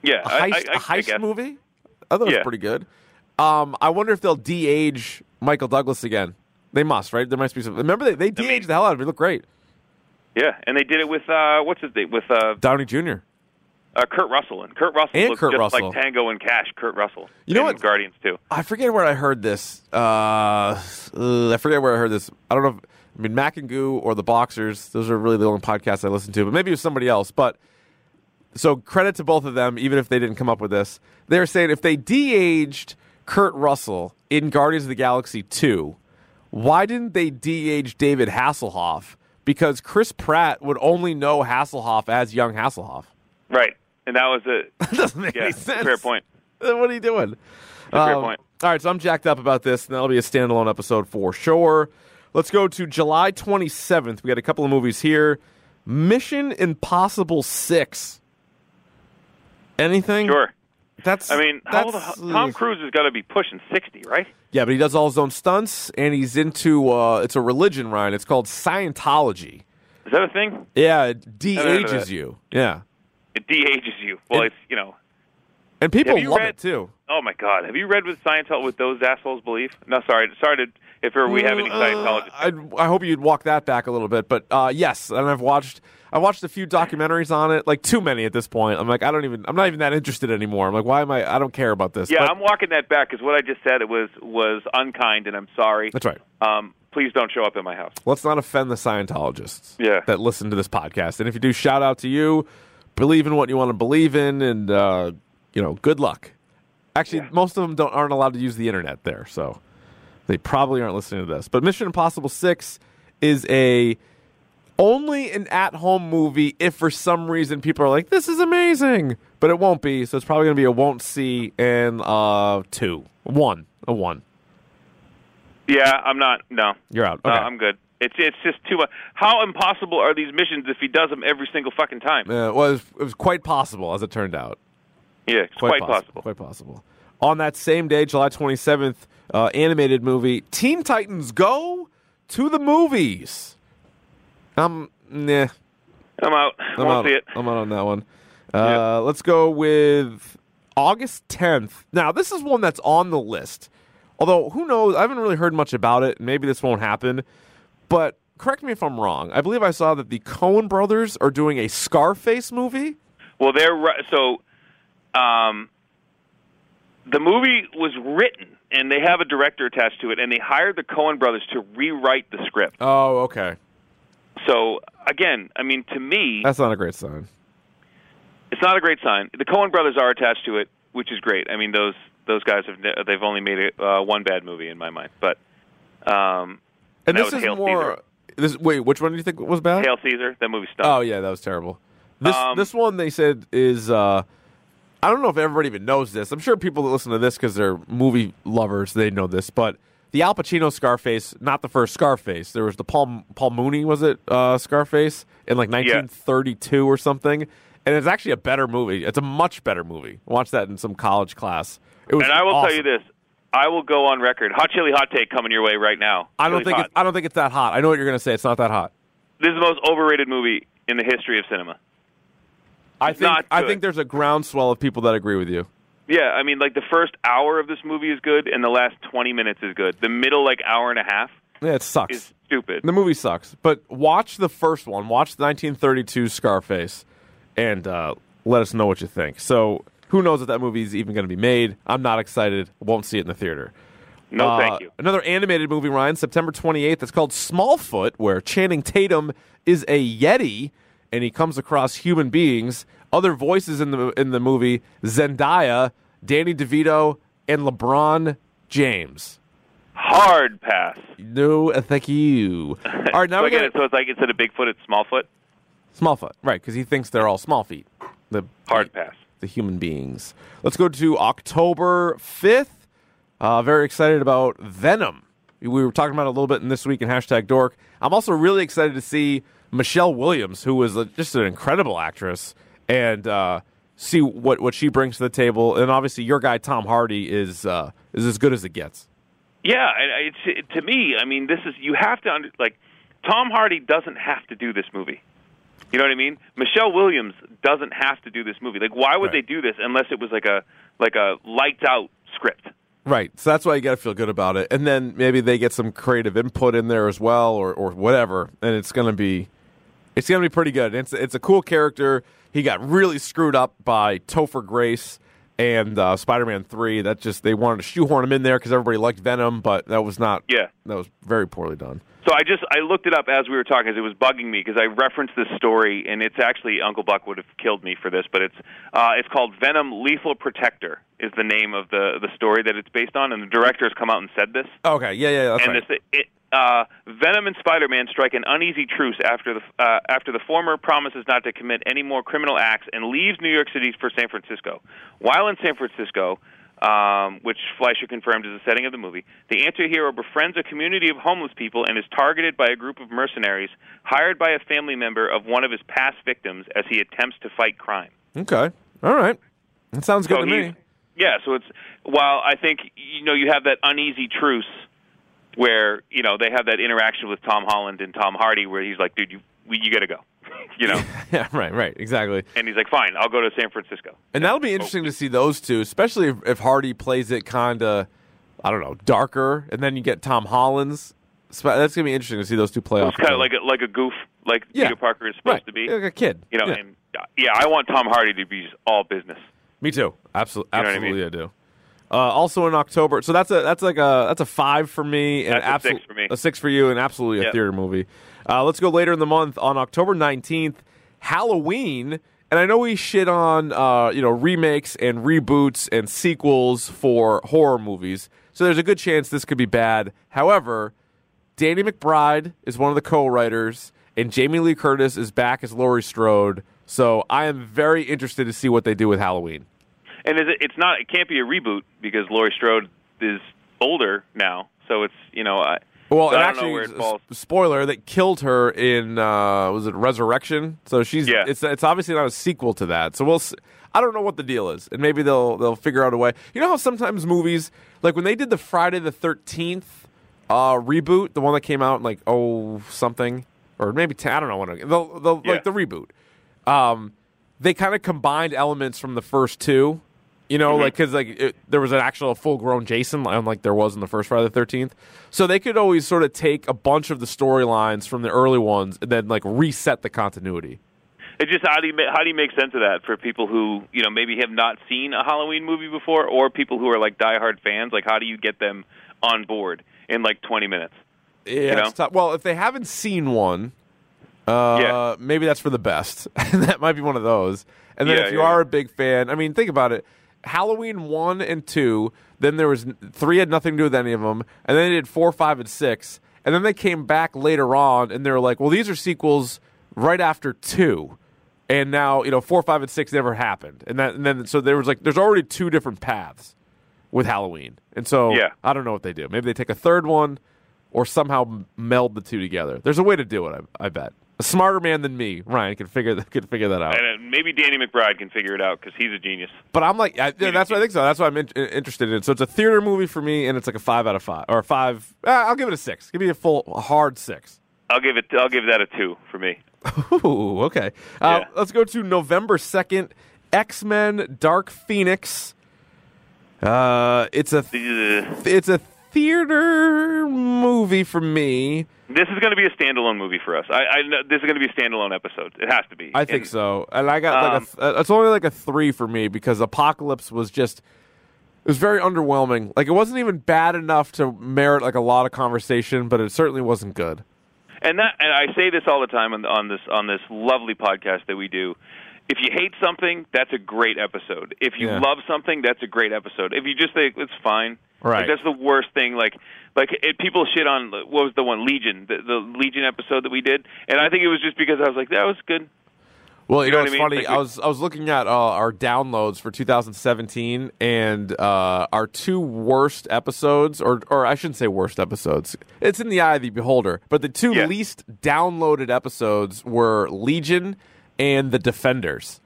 [SPEAKER 3] yeah,
[SPEAKER 2] A
[SPEAKER 3] I- I-
[SPEAKER 2] heist,
[SPEAKER 3] I-
[SPEAKER 2] a
[SPEAKER 3] I
[SPEAKER 2] heist
[SPEAKER 3] guess.
[SPEAKER 2] movie. I thought it was
[SPEAKER 3] Yeah.
[SPEAKER 2] pretty good. Um, I wonder if they'll de-age Michael Douglas again. They must, right? There must be some. Remember, they, they de-aged the hell out of him. He looked great.
[SPEAKER 3] Yeah, and they did it with uh, what's his name with uh,
[SPEAKER 2] Downey Jr.
[SPEAKER 3] Uh, Kurt Russell and Kurt Russell
[SPEAKER 2] And
[SPEAKER 3] looks
[SPEAKER 2] Kurt
[SPEAKER 3] just
[SPEAKER 2] Russell.
[SPEAKER 3] like Tango and Cash. Kurt Russell.
[SPEAKER 2] You know
[SPEAKER 3] And
[SPEAKER 2] what-
[SPEAKER 3] Guardians too.
[SPEAKER 2] I forget where I heard this. Uh, uh, I forget where I heard this. I don't know. If, I mean, Mac and Goo or the Boxers. Those are really the only podcasts I listen to. But maybe it was somebody else. But so credit to both of them, even if they didn't come up with this. They're saying if they de-aged Kurt Russell in Guardians of the Galaxy Two, why didn't they de-age David Hasselhoff? Because Chris Pratt would only know Hasselhoff as young Hasselhoff. [laughs]
[SPEAKER 3] Right. And that was a
[SPEAKER 2] That doesn't make
[SPEAKER 3] yeah,
[SPEAKER 2] any sense. Um,
[SPEAKER 3] fair point.
[SPEAKER 2] Uh, What are you doing?
[SPEAKER 3] a fair point.
[SPEAKER 2] All right, so I'm jacked up about this, and that'll be a standalone episode for sure. Let's go to July 27th. We got a couple of movies here. Mission Impossible 6. Anything?
[SPEAKER 3] Sure.
[SPEAKER 2] That's.
[SPEAKER 3] I mean, how the,
[SPEAKER 2] that's,
[SPEAKER 3] Tom
[SPEAKER 2] uh,
[SPEAKER 3] Cruise has got to be pushing sixty, right?
[SPEAKER 2] Yeah, but he does all his own stunts, and he's into. Uh, it's a religion, Ryan. It's called Scientology.
[SPEAKER 3] Is that a thing?
[SPEAKER 2] Yeah, it de
[SPEAKER 3] heard of
[SPEAKER 2] ages
[SPEAKER 3] that.
[SPEAKER 2] you. Yeah.
[SPEAKER 3] It de-ages you. Well,
[SPEAKER 2] It-
[SPEAKER 3] it's you know.
[SPEAKER 2] And people
[SPEAKER 3] Have you
[SPEAKER 2] love
[SPEAKER 3] read-
[SPEAKER 2] it, too.
[SPEAKER 3] Oh my God! Have you read with Scientology what those assholes believe? No, sorry, sorry to, if we have any
[SPEAKER 2] Uh,
[SPEAKER 3] Scientologists.
[SPEAKER 2] I'd- I, hope you'd walk that back a little bit, but uh, yes, and I've watched. I watched a few documentaries on it, like too many at this point. I'm like, I don't even. I'm not even that interested anymore. I'm like, why am I? I don't care about this.
[SPEAKER 3] yeah,
[SPEAKER 2] But-
[SPEAKER 3] I'm walking that back because what I just said it was was unkind, and I'm sorry.
[SPEAKER 2] that's right.
[SPEAKER 3] Um, please don't show up at my house.
[SPEAKER 2] Let's not offend the Scientologists
[SPEAKER 3] Yeah.
[SPEAKER 2] that listen to this podcast. And if you do, shout out to you. Believe in what you want to believe in, and uh, you know, good luck. Actually, most of them don't aren't allowed to use the internet there, so they probably aren't listening to this. But Mission Impossible Six is a only an at-home movie if for some reason people are like, "This is amazing," but it won't be. So it's probably going to be a won't see and uh two, one, a one.
[SPEAKER 3] Yeah, I'm not. No,
[SPEAKER 2] You're out.
[SPEAKER 3] No,
[SPEAKER 2] Okay.
[SPEAKER 3] I'm good. It's it's just too much. How impossible are these missions if he does them every single fucking time?
[SPEAKER 2] Uh, well, it was, it was quite possible as it turned out.
[SPEAKER 3] Yeah, it's quite, possible.
[SPEAKER 2] Quite possible. On that same day, July 27th, uh, animated movie Teen Titans Go to the Movies. Um, nah.
[SPEAKER 3] I'm out.
[SPEAKER 2] I'm
[SPEAKER 3] Won't
[SPEAKER 2] out.
[SPEAKER 3] see it.
[SPEAKER 2] I'm out on that one. Uh,
[SPEAKER 3] Yeah.
[SPEAKER 2] Let's go with August 10th. Now, this is one that's on the list. Although, who knows? I haven't really heard much about it. Maybe this won't happen. But correct me if I'm wrong. I believe I saw that the Coen brothers are doing a Scarface movie.
[SPEAKER 3] Well, they're ri- so. Um, the movie was written, and they have a director attached to it, and they hired the Coen brothers to rewrite the script.
[SPEAKER 2] Oh, okay.
[SPEAKER 3] So again, I mean, to me,
[SPEAKER 2] That's not a great sign.
[SPEAKER 3] it's not a great sign. The Coen brothers are attached to it, which is great. I mean, those those guys have ne- they've only made it, uh, one bad movie in my mind, but um,
[SPEAKER 2] And
[SPEAKER 3] that
[SPEAKER 2] this
[SPEAKER 3] was
[SPEAKER 2] is
[SPEAKER 3] Hail
[SPEAKER 2] more.
[SPEAKER 3] Caesar.
[SPEAKER 2] This wait, which one do you think was bad?
[SPEAKER 3] Hail Caesar, that movie stunk.
[SPEAKER 2] Oh yeah, that was terrible. This
[SPEAKER 3] Um,
[SPEAKER 2] this one they said is. Uh, I don't know if everybody even knows this. I'm sure people that listen to this because they're movie lovers they know this, but the Al Pacino Scarface, not the first Scarface. There was the Paul Paul Mooney was it uh, Scarface in like 1932 or something, and it's actually a better movie. It's a much better movie. I watched that in some college class. It was
[SPEAKER 3] and I will
[SPEAKER 2] awesome.
[SPEAKER 3] tell you this: I will go on record. Hot chili hot take coming your way right now.
[SPEAKER 2] I don't
[SPEAKER 3] Chili's
[SPEAKER 2] think
[SPEAKER 3] hot.
[SPEAKER 2] it's, I don't think it's that hot. I know what you're going to say. It's not that hot.
[SPEAKER 3] this is the most overrated movie in the history of cinema.
[SPEAKER 2] I
[SPEAKER 3] It's
[SPEAKER 2] think
[SPEAKER 3] not
[SPEAKER 2] I
[SPEAKER 3] good.
[SPEAKER 2] think there's a groundswell of people that agree with you.
[SPEAKER 3] Yeah, I mean, like the first hour of this movie is good, and the last twenty minutes is good. The middle like hour and a half
[SPEAKER 2] Yeah, it sucks.
[SPEAKER 3] is stupid.
[SPEAKER 2] the movie sucks, but watch the first one. Watch the 1932 Scarface, and uh, let us know what you think. So who knows if that movie is even going to be made? I'm not excited. Won't see it in the theater.
[SPEAKER 3] No,
[SPEAKER 2] Uh,
[SPEAKER 3] thank you.
[SPEAKER 2] Another animated movie, Ryan, September 28th. It's called Smallfoot, where Channing Tatum is a yeti and he comes across human beings. Other voices in the in the movie: Zendaya, Danny DeVito, and LeBron James.
[SPEAKER 3] Hard pass.
[SPEAKER 2] No, uh, thank
[SPEAKER 3] [laughs]
[SPEAKER 2] you. All right, now
[SPEAKER 3] so
[SPEAKER 2] we
[SPEAKER 3] I get
[SPEAKER 2] got
[SPEAKER 3] it. So it's like instead of Bigfoot, it's Smallfoot.
[SPEAKER 2] Smallfoot, right? Because he thinks they're all small feet. The
[SPEAKER 3] Hard pass.
[SPEAKER 2] the human beings. Let's go to October 5th. Uh, very excited about Venom. We were talking about it a little bit in this week in hashtag dork. I'm also really excited to see Michelle Williams, who was a, just an incredible actress, and uh, see what, what she brings to the table. And obviously, your guy, Tom Hardy, is, uh, is as good as it gets.
[SPEAKER 3] Yeah, and I- it's it, to me. I mean, this is you have to under, like Tom Hardy doesn't have to do this movie. You know what I mean? Michelle Williams doesn't have to do this movie. Like, why would
[SPEAKER 2] Right.
[SPEAKER 3] they do this unless it was like a like a lights out script?
[SPEAKER 2] Right. So that's why you got to feel good about it. And then maybe they get some creative input in there as well or, or whatever. And it's going to be It's gonna be pretty good. It's it's a cool character. He got really screwed up by Topher Grace and uh, Spider-Man Three. That just they wanted to shoehorn him in there because everybody liked Venom, but that was not.
[SPEAKER 3] Yeah.
[SPEAKER 2] that was very poorly done.
[SPEAKER 3] So I just I looked it up as we were talking because it was bugging me because I referenced this story and it's actually Uncle Buck would have killed me for this, but it's uh, it's called Venom Lethal Protector is the name of the the story that it's based on, and the director has come out and said this.
[SPEAKER 2] Okay, yeah, yeah, that's
[SPEAKER 3] and
[SPEAKER 2] right.
[SPEAKER 3] this it, uh, Venom and Spider-Man strike an uneasy truce after the uh, after the former promises not to commit any more criminal acts and leaves New York City for San Francisco. While in San Francisco, um, which Fleischer confirmed is the setting of the movie, the anti-hero befriends a community of homeless people and is targeted by a group of mercenaries hired by a family member of one of his past victims as he attempts to fight crime.
[SPEAKER 2] okay, all right, that sounds good
[SPEAKER 3] So
[SPEAKER 2] to
[SPEAKER 3] he's-
[SPEAKER 2] me.
[SPEAKER 3] Yeah, so it's while I think you know you have that uneasy truce where you know they have that interaction with Tom Holland and Tom Hardy where he's like, dude, you we, you got to go, [laughs] you know,
[SPEAKER 2] [laughs] Yeah, right, right, exactly.
[SPEAKER 3] and he's like, fine, I'll go to San Francisco.
[SPEAKER 2] And that'll
[SPEAKER 3] Oh.
[SPEAKER 2] be interesting to see those two, especially if, if Hardy plays it kind of, I don't know, darker, and then you get Tom Hollins. Sp- That's gonna be interesting to see those two play off.
[SPEAKER 3] It's kind of like a, like a goof, like
[SPEAKER 2] Yeah.
[SPEAKER 3] Peter Parker is supposed
[SPEAKER 2] right.
[SPEAKER 3] to be,
[SPEAKER 2] like a kid.
[SPEAKER 3] you know,
[SPEAKER 2] yeah.
[SPEAKER 3] and uh, yeah, I want Tom Hardy to be just all business.
[SPEAKER 2] Me too. Absolutely,
[SPEAKER 3] know what I
[SPEAKER 2] absolutely, I, do. Uh, also in October, so that's a that's like a that's a five for me, and
[SPEAKER 3] That's a
[SPEAKER 2] absol-
[SPEAKER 3] six for me.
[SPEAKER 2] a six for you, and absolutely a
[SPEAKER 3] Yep.
[SPEAKER 2] theater movie. Uh, let's go later in the month on October nineteenth, Halloween. And I know we shit on uh, you know remakes and reboots and sequels for horror movies, so there's a good chance this could be bad. However, Danny McBride is one of the co-writers, and Jamie Lee Curtis is back as Laurie Strode. So I am very interested to see what they do with Halloween.
[SPEAKER 3] And is it, it's not, it can't be a reboot because Laurie Strode is older now, so it's you know, I,
[SPEAKER 2] Well,
[SPEAKER 3] so
[SPEAKER 2] and
[SPEAKER 3] I don't
[SPEAKER 2] actually,
[SPEAKER 3] know where it
[SPEAKER 2] s-
[SPEAKER 3] falls.
[SPEAKER 2] spoiler that killed her in uh, was it Resurrection? So she's
[SPEAKER 3] Yeah.
[SPEAKER 2] it's it's obviously not a sequel to that. So we'll s- I don't know what the deal is, and maybe they'll they'll figure out a way. You know how sometimes movies like when they did the Friday the Thirteenth uh, reboot, the one that came out in like oh something or maybe 10, I don't know when it- the, the
[SPEAKER 3] Yeah.
[SPEAKER 2] like the reboot. Um, they kind of combined elements from the first two. You know, like 'cause like because like it, there was an actual full grown Jason, unlike there was in the first Friday the Thirteenth. So they could always sort of take a bunch of the storylines from the early ones and then like reset the continuity.
[SPEAKER 3] It just how do you ma- how do you make sense of that for people who you know maybe have not seen a Halloween movie before, or people who are like diehard fans? Like, how do you get them on board in like twenty minutes?
[SPEAKER 2] Yeah,
[SPEAKER 3] know?
[SPEAKER 2] it's tough. well, if they haven't seen one, uh,
[SPEAKER 3] Yeah.
[SPEAKER 2] maybe that's for the best. [laughs] that might be one of those. And then
[SPEAKER 3] Yeah,
[SPEAKER 2] if you
[SPEAKER 3] yeah,
[SPEAKER 2] are
[SPEAKER 3] yeah.
[SPEAKER 2] a big fan, I mean, think about it. Halloween one and two, then there was three had nothing to do with any of them, and then they did four, five, and six, and then they came back later on, and they were like, well, these are sequels right after two, and now you know four, five, and six never happened, and that, and then so there was like there's already two different paths with Halloween, and so
[SPEAKER 3] Yeah.
[SPEAKER 2] I don't know what they do. Maybe they take a third one, or somehow m- meld the two together. There's a way to do it. I, I bet a smarter man than me, Ryan, could figure that, could figure that out.
[SPEAKER 3] And uh, maybe Danny McBride can figure it out because he's a genius.
[SPEAKER 2] But I'm like, I, yeah, that's what I think so. That's what I'm in, interested in. So it's a theater movie for me, and it's like a five out of five or a five. Uh, I'll give it a six. Give me a full, a hard six.
[SPEAKER 3] I'll give it. I'll give that a two for me.
[SPEAKER 2] Ooh, okay. Uh,
[SPEAKER 3] Yeah.
[SPEAKER 2] Let's go to November 2nd X Men Dark Phoenix. Uh, it's a th-
[SPEAKER 3] Ugh.
[SPEAKER 2] it's a theater movie for me.
[SPEAKER 3] This is going to be a standalone movie for us. I, I know this is going to be a standalone episode. It has to be.
[SPEAKER 2] I think
[SPEAKER 3] And- um,
[SPEAKER 2] so, and I got like a th- uh, it's only like a three for me because Apocalypse was just it was very underwhelming. Like it wasn't even bad enough to merit like a lot of conversation, but it certainly wasn't good.
[SPEAKER 3] And that, and I say this all the time on, on this on this lovely podcast that we do. If you hate something, that's a great episode. If you
[SPEAKER 2] Yeah.
[SPEAKER 3] love something, that's a great episode. If you just think it's fine,
[SPEAKER 2] Right.
[SPEAKER 3] Like, that's the worst thing. Like, like it, people shit on what was the one Legion, the, the Legion episode that we did, and I think it was just because I was like, that was good.
[SPEAKER 2] Well, you,
[SPEAKER 3] You
[SPEAKER 2] know,
[SPEAKER 3] know
[SPEAKER 2] it's
[SPEAKER 3] what I mean?
[SPEAKER 2] funny.
[SPEAKER 3] Like,
[SPEAKER 2] I was I was looking at uh, our downloads for 2017, and uh, our two worst episodes, or or I shouldn't say worst episodes. It's in the eye of the beholder. But the two
[SPEAKER 3] Yeah.
[SPEAKER 2] least downloaded episodes were Legion and The Defenders.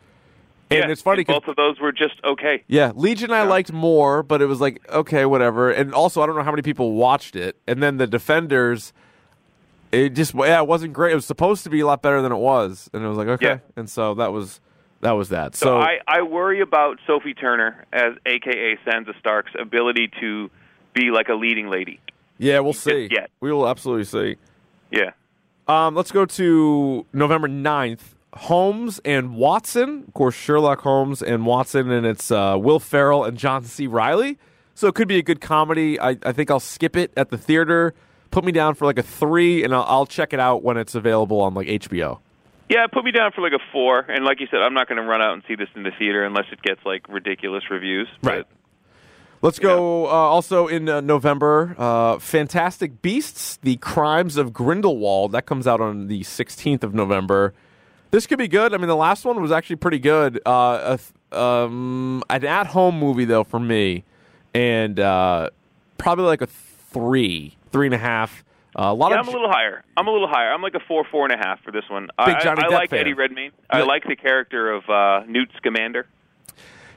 [SPEAKER 2] And
[SPEAKER 3] Yeah,
[SPEAKER 2] it's funny because
[SPEAKER 3] both of those were just okay.
[SPEAKER 2] yeah, Legion I liked more, but it was like okay, whatever. And also, I don't know how many people watched it. And then The Defenders, it just yeah, it wasn't great. It was supposed to be a lot better than it was, and it was like okay.
[SPEAKER 3] Yeah.
[SPEAKER 2] And so that was that was that. So,
[SPEAKER 3] So I, I worry about Sophie Turner as AKA Sansa Stark's ability to be like a leading lady.
[SPEAKER 2] yeah, we'll see.
[SPEAKER 3] yet.
[SPEAKER 2] We will absolutely see.
[SPEAKER 3] Yeah.
[SPEAKER 2] Um, let's go to November 9th. Holmes and Watson, of course, Sherlock Holmes and Watson, and it's uh, Will Ferrell and John C. Riley. So it could be a good comedy. I, I think I'll skip it at the theater. Put me down for like a three, and I'll, I'll check it out when it's available on like HBO.
[SPEAKER 3] Yeah, put me down for like a four. And like you said, I'm not going to run out and see this in the theater unless it gets like ridiculous reviews.
[SPEAKER 2] Right. Let's go. Uh, also in uh, November, uh, Fantastic Beasts: The Crimes of Grindelwald. That comes out on the 16th of November. This could be good. I mean, the last one was actually pretty good. Uh, a th- um, an at-home movie though for me, and uh, probably like a three, three and a half. Uh, a lot
[SPEAKER 3] Yeah,
[SPEAKER 2] of
[SPEAKER 3] I'm a little higher. I'm a little higher. I'm like a four, four and a half for this one. I-
[SPEAKER 2] Big
[SPEAKER 3] I,
[SPEAKER 2] Johnny
[SPEAKER 3] I
[SPEAKER 2] Depp
[SPEAKER 3] like
[SPEAKER 2] fan.
[SPEAKER 3] Eddie Redmayne. I
[SPEAKER 2] Yeah.
[SPEAKER 3] like the character of uh, Newt Scamander.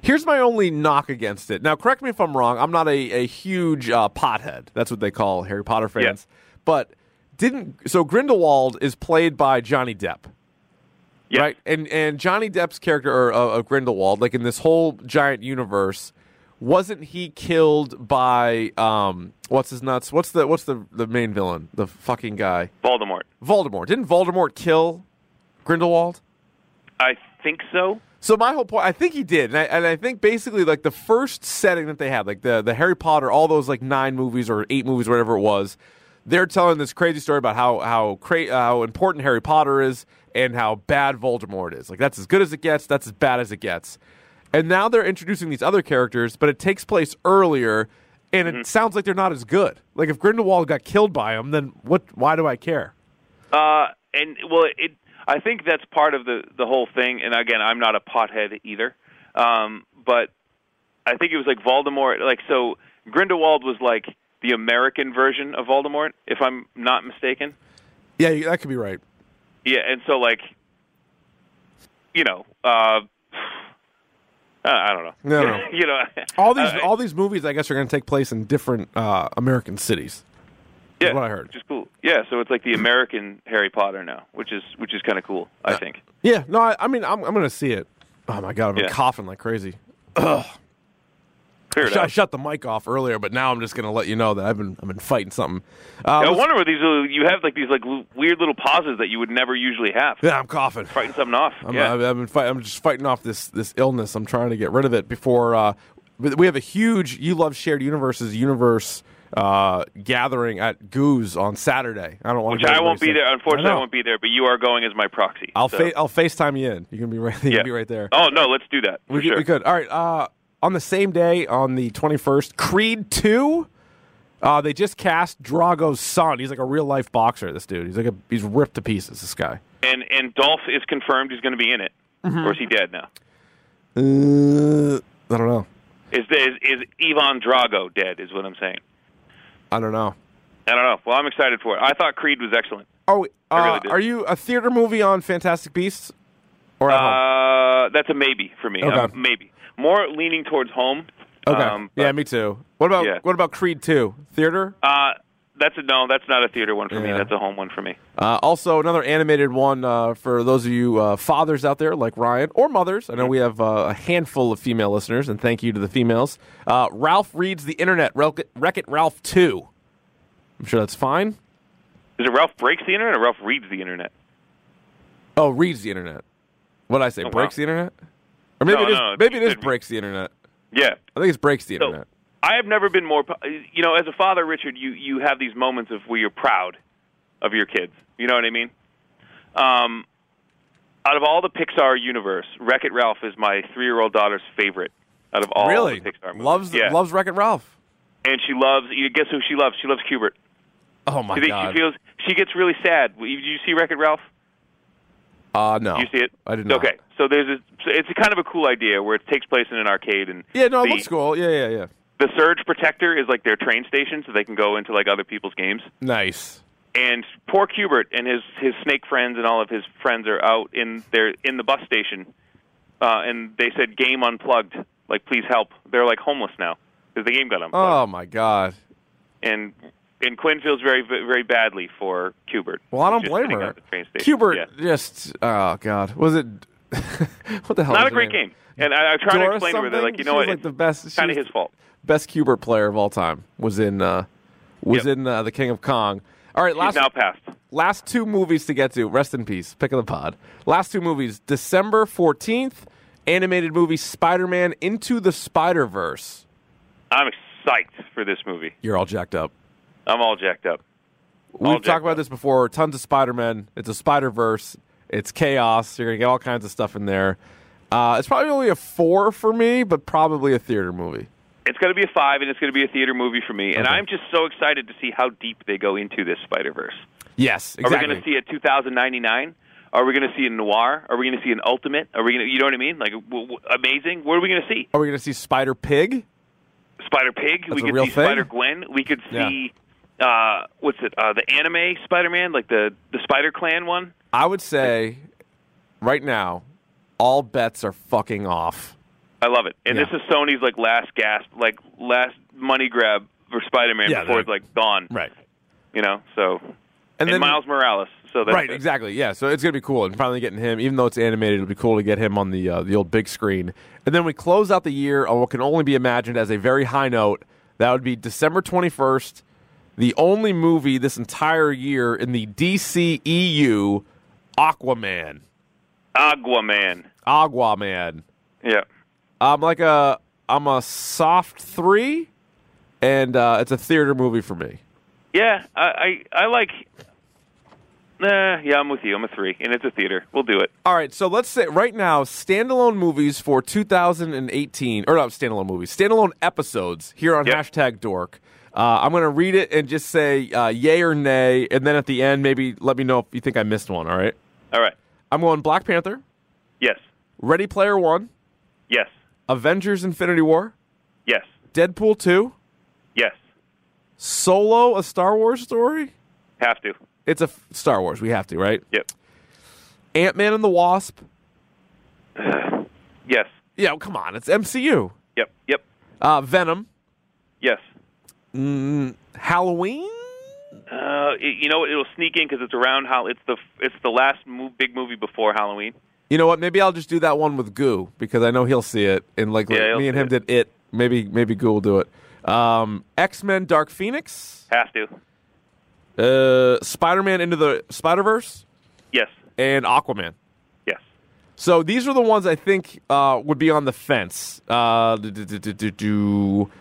[SPEAKER 2] Here's my only knock against it. Now, correct me if I'm wrong. I'm not a, a huge uh, pothead. That's what they call Harry Potter fans. But didn't so Grindelwald is played by Johnny Depp,
[SPEAKER 3] Yeah.
[SPEAKER 2] right? And and Johnny Depp's character or, uh, of Grindelwald, like in this whole giant universe, wasn't he killed by um what's his nuts? What's the what's the the main villain? The fucking guy
[SPEAKER 3] Voldemort.
[SPEAKER 2] Voldemort. Didn't Voldemort kill Grindelwald?
[SPEAKER 3] I think so.
[SPEAKER 2] So my whole point, I think he did, and I, and I think basically like the first setting that they had, like the the Harry Potter, all those like nine movies or eight movies, whatever it was, they're telling this crazy story about how how cra- how important Harry Potter is and how bad Voldemort is. Like that's as good as it gets. That's as bad as it gets. And now they're introducing these other characters, but it takes place earlier, and it sounds like they're not as good. Like if Grindelwald got killed by him, then what? Why do I care?
[SPEAKER 3] Uh, and well, it. I think that's part of the the whole thing. And again, I'm not a pothead either. Um, but I think it was like Voldemort. Like so, Grindelwald was like the American version of Voldemort, if I'm not mistaken.
[SPEAKER 2] Yeah, that could be right.
[SPEAKER 3] Yeah, and so like, you know, uh, I I don't know.
[SPEAKER 2] No, no.
[SPEAKER 3] [laughs] you know,
[SPEAKER 2] [laughs] All these
[SPEAKER 3] uh,
[SPEAKER 2] all these movies, I guess, are going to take place in different uh, American cities.
[SPEAKER 3] yeah,
[SPEAKER 2] what I heard.
[SPEAKER 3] which is cool. Yeah, so it's like the American Harry Potter now, which is which is kind of cool. I think.
[SPEAKER 2] Yeah, no, I, I mean, I'm, I'm going to see it. Oh my god, I've been
[SPEAKER 3] Yeah.
[SPEAKER 2] coughing like crazy.
[SPEAKER 3] Clear
[SPEAKER 2] Sh- [laughs]
[SPEAKER 3] it
[SPEAKER 2] I
[SPEAKER 3] out.
[SPEAKER 2] shut the mic off earlier, but now I'm just going to let you know that I've been I've been fighting something. Uh,
[SPEAKER 3] I
[SPEAKER 2] let's-
[SPEAKER 3] wonder what these little, you have like these like l- weird little pauses that you would never usually have.
[SPEAKER 2] yeah, I'm coughing.
[SPEAKER 3] Fighting something off.
[SPEAKER 2] I'm,
[SPEAKER 3] yeah.
[SPEAKER 2] I've, I've been fight, I'm just fighting off this this illness. I'm trying to get rid of it before uh, we we have a huge you love shared universes universe uh, gathering at Goose on Saturday. I don't want
[SPEAKER 3] which I won't be there. Unfortunately, I, won't be there. But you are going as my proxy.
[SPEAKER 2] I'll
[SPEAKER 3] so-
[SPEAKER 2] fa- I'll Facetime you in. You can be right. [laughs] You
[SPEAKER 3] yeah.
[SPEAKER 2] can be right there.
[SPEAKER 3] Oh no, let's do that. For
[SPEAKER 2] We, could-
[SPEAKER 3] sure.
[SPEAKER 2] we could. All right. Uh, on the same day, on the 21st, Creed 2. Uh, they just cast Drago's son. He's like a real life boxer. This dude. He's like a he's ripped to pieces. This guy.
[SPEAKER 3] And and Dolph is confirmed he's going to be in it, or is he dead now?
[SPEAKER 2] Uh, I don't know.
[SPEAKER 3] Is, is is Ivan Drago dead? Is what I'm saying.
[SPEAKER 2] I don't know.
[SPEAKER 3] I don't know. Well, I'm excited for it. I thought Creed was excellent.
[SPEAKER 2] Oh, uh,
[SPEAKER 3] I really did.
[SPEAKER 2] are you a theater movie on Fantastic Beasts? Or at home?
[SPEAKER 3] Uh, that's a maybe for me.
[SPEAKER 2] Oh. Okay.
[SPEAKER 3] Um, maybe more leaning towards home.
[SPEAKER 2] Okay.
[SPEAKER 3] Um, but,
[SPEAKER 2] yeah, me too. What about
[SPEAKER 3] yeah.
[SPEAKER 2] what about Creed 2? Theater?
[SPEAKER 3] uh, that's a no. That's not a theater one for me.
[SPEAKER 2] Yeah.
[SPEAKER 3] That's a home one for me.
[SPEAKER 2] Uh, also, another animated one uh, for those of you uh, fathers out there, like Ryan, or mothers. I know we have uh, a handful of female listeners, and thank you to the females. Uh, Ralph reads the internet. Wreck It Ralph two. I'm sure that's fine.
[SPEAKER 3] Is it Ralph breaks the internet or Ralph reads the internet?
[SPEAKER 2] Oh, reads the internet. What did I say?
[SPEAKER 3] Oh, wow.
[SPEAKER 2] breaks the internet? Or maybe
[SPEAKER 3] No,
[SPEAKER 2] it is.
[SPEAKER 3] no,
[SPEAKER 2] maybe it
[SPEAKER 3] it
[SPEAKER 2] is
[SPEAKER 3] could be.
[SPEAKER 2] breaks the internet.
[SPEAKER 3] Yeah.
[SPEAKER 2] I think it's breaks the
[SPEAKER 3] So
[SPEAKER 2] internet.
[SPEAKER 3] I have never been more. You know, as a father, Richard, you you have these moments of where you're proud of your kids. You know what I mean? Um, out of all the Pixar universe, Wreck It Ralph is my three year old daughter's favorite. Out of all
[SPEAKER 2] really
[SPEAKER 3] the Pixar movies,
[SPEAKER 2] loves
[SPEAKER 3] yeah.
[SPEAKER 2] loves Wreck It Ralph.
[SPEAKER 3] and she loves. You guess who she loves? She loves Hubert.
[SPEAKER 2] Oh my
[SPEAKER 3] You think
[SPEAKER 2] god!
[SPEAKER 3] she feels she gets really sad. Did you see Wreck It Ralph?
[SPEAKER 2] uh, no,
[SPEAKER 3] Did you see it?
[SPEAKER 2] I did not.
[SPEAKER 3] Okay, so there's a, so it's a kind of a cool idea where it takes place in an arcade and
[SPEAKER 2] Yeah, no, it
[SPEAKER 3] the,
[SPEAKER 2] looks cool. Yeah, yeah, yeah.
[SPEAKER 3] the surge protector is like their train station, so they can go into like other people's games.
[SPEAKER 2] Nice.
[SPEAKER 3] And poor Cubert and his his snake friends and all of his friends are out in their in the bus station, uh, and they said game unplugged. Like please help. They're like homeless now because the game got unplugged.
[SPEAKER 2] Oh my god. Oh.
[SPEAKER 3] And and Quinn feels very very badly for Cubert.
[SPEAKER 2] Well, I don't
[SPEAKER 3] Just
[SPEAKER 2] blame
[SPEAKER 3] sitting
[SPEAKER 2] her.
[SPEAKER 3] at the train station.
[SPEAKER 2] Cubert
[SPEAKER 3] Yeah.
[SPEAKER 2] just oh god, was it? [laughs] what the hell? was
[SPEAKER 3] not a
[SPEAKER 2] her
[SPEAKER 3] great
[SPEAKER 2] name?
[SPEAKER 3] game. And I, I try to
[SPEAKER 2] Dora
[SPEAKER 3] explain to her
[SPEAKER 2] something?
[SPEAKER 3] that like you
[SPEAKER 2] She
[SPEAKER 3] know
[SPEAKER 2] was
[SPEAKER 3] what,
[SPEAKER 2] like the best. she
[SPEAKER 3] kind of
[SPEAKER 2] was
[SPEAKER 3] his fault.
[SPEAKER 2] Best Cubert player of all time was in uh, was
[SPEAKER 3] Yep.
[SPEAKER 2] in uh, the King of Kong. All right,
[SPEAKER 3] He's
[SPEAKER 2] last
[SPEAKER 3] now passed.
[SPEAKER 2] last two movies to get to. Rest in peace. Pick of the pod. Last two movies. December fourteenth, animated movie Spider Man Into the Spider Verse.
[SPEAKER 3] I'm psyched for this movie.
[SPEAKER 2] You're all jacked up.
[SPEAKER 3] I'm all jacked up.
[SPEAKER 2] We've
[SPEAKER 3] jacked
[SPEAKER 2] talked about this before. Tons of Spider Man. It's a Spider Verse. It's chaos. You're gonna get all kinds of stuff in there. Uh, it's probably only a four for me, but probably a theater movie.
[SPEAKER 3] It's going to be a five, and it's going to be a theater movie for me. And I'm just so excited to see how deep they go into this Spider Verse.
[SPEAKER 2] Yes,
[SPEAKER 3] Are
[SPEAKER 2] exactly.
[SPEAKER 3] we going to see a 2099? Are we going to see a noir? Are we going to see an ultimate? Are we going to, you know what I mean? Like, w- w- amazing. What are we going to see?
[SPEAKER 2] Are we gonna see Spider Pig?
[SPEAKER 3] Spider Pig.
[SPEAKER 2] That's
[SPEAKER 3] We
[SPEAKER 2] a
[SPEAKER 3] could
[SPEAKER 2] real
[SPEAKER 3] see
[SPEAKER 2] thing?
[SPEAKER 3] Spider Gwen. We could
[SPEAKER 2] Yeah.
[SPEAKER 3] see uh, what's it? Uh, the anime Spider Man, like the the Spider Clan one.
[SPEAKER 2] I would say right now, all bets are fucking off.
[SPEAKER 3] I love it. And
[SPEAKER 2] Yeah.
[SPEAKER 3] this is Sony's like last gasp, like last money grab for Spider Man
[SPEAKER 2] Yeah,
[SPEAKER 3] before
[SPEAKER 2] they-
[SPEAKER 3] it's like gone. You know. So
[SPEAKER 2] And
[SPEAKER 3] and,
[SPEAKER 2] then-
[SPEAKER 3] Miles Morales. So that's
[SPEAKER 2] Right,
[SPEAKER 3] it.
[SPEAKER 2] exactly. Yeah, so it's gonna be cool, and finally getting him. Even though it's animated, it'll be cool to get him on the uh, the old big screen. And then we close out the year on what can only be imagined as a very high note. That would be December twenty first, the only movie this entire year in the DCEU, Aquaman,
[SPEAKER 3] Aquaman.
[SPEAKER 2] Aquaman.
[SPEAKER 3] Yeah.
[SPEAKER 2] I'm like a I'm a soft three, and uh, it's a theater movie for me.
[SPEAKER 3] Yeah. I I, I like. Nah, yeah, I'm with you. I'm a three, and it's a theater. We'll do it.
[SPEAKER 2] All right, so let's say right now standalone movies for 2018, or not standalone movies, standalone episodes here on
[SPEAKER 3] Yep.
[SPEAKER 2] hashtag Dork. Uh, I'm going to read it and just say uh, yay or nay, and then at the end, maybe let me know if you think I missed one. All right,
[SPEAKER 3] All right.
[SPEAKER 2] I'm going Black Panther,
[SPEAKER 3] Yes.
[SPEAKER 2] Ready Player One,
[SPEAKER 3] Yes.
[SPEAKER 2] Avengers: Infinity War,
[SPEAKER 3] Yes.
[SPEAKER 2] Deadpool Two,
[SPEAKER 3] Yes.
[SPEAKER 2] Solo, a Star Wars story.
[SPEAKER 3] Have to.
[SPEAKER 2] It's a f- Star Wars. We have to, right?
[SPEAKER 3] Yep.
[SPEAKER 2] Ant Man and the Wasp.
[SPEAKER 3] Yes.
[SPEAKER 2] Yeah, come on, it's MCU.
[SPEAKER 3] Yep. Yep.
[SPEAKER 2] Uh, Venom,
[SPEAKER 3] Yes.
[SPEAKER 2] Halloween.
[SPEAKER 3] Uh, y- you know what? It'll sneak in because it's around how it's the it's the last mo- big movie before Halloween.
[SPEAKER 2] You know what? Maybe I'll just do that one with Goo because I know he'll see it. And like
[SPEAKER 3] Yeah, he'll
[SPEAKER 2] me and
[SPEAKER 3] see
[SPEAKER 2] him did it. Maybe maybe Goo will do it. Um, X Men: Dark Phoenix,
[SPEAKER 3] Have to.
[SPEAKER 2] uh, Spider Man into the Spider Verse,
[SPEAKER 3] Yes.
[SPEAKER 2] and Aquaman.
[SPEAKER 3] Yes.
[SPEAKER 2] So these are the ones I think uh, would be on the fence. Uh, do, do, do, do, do, do.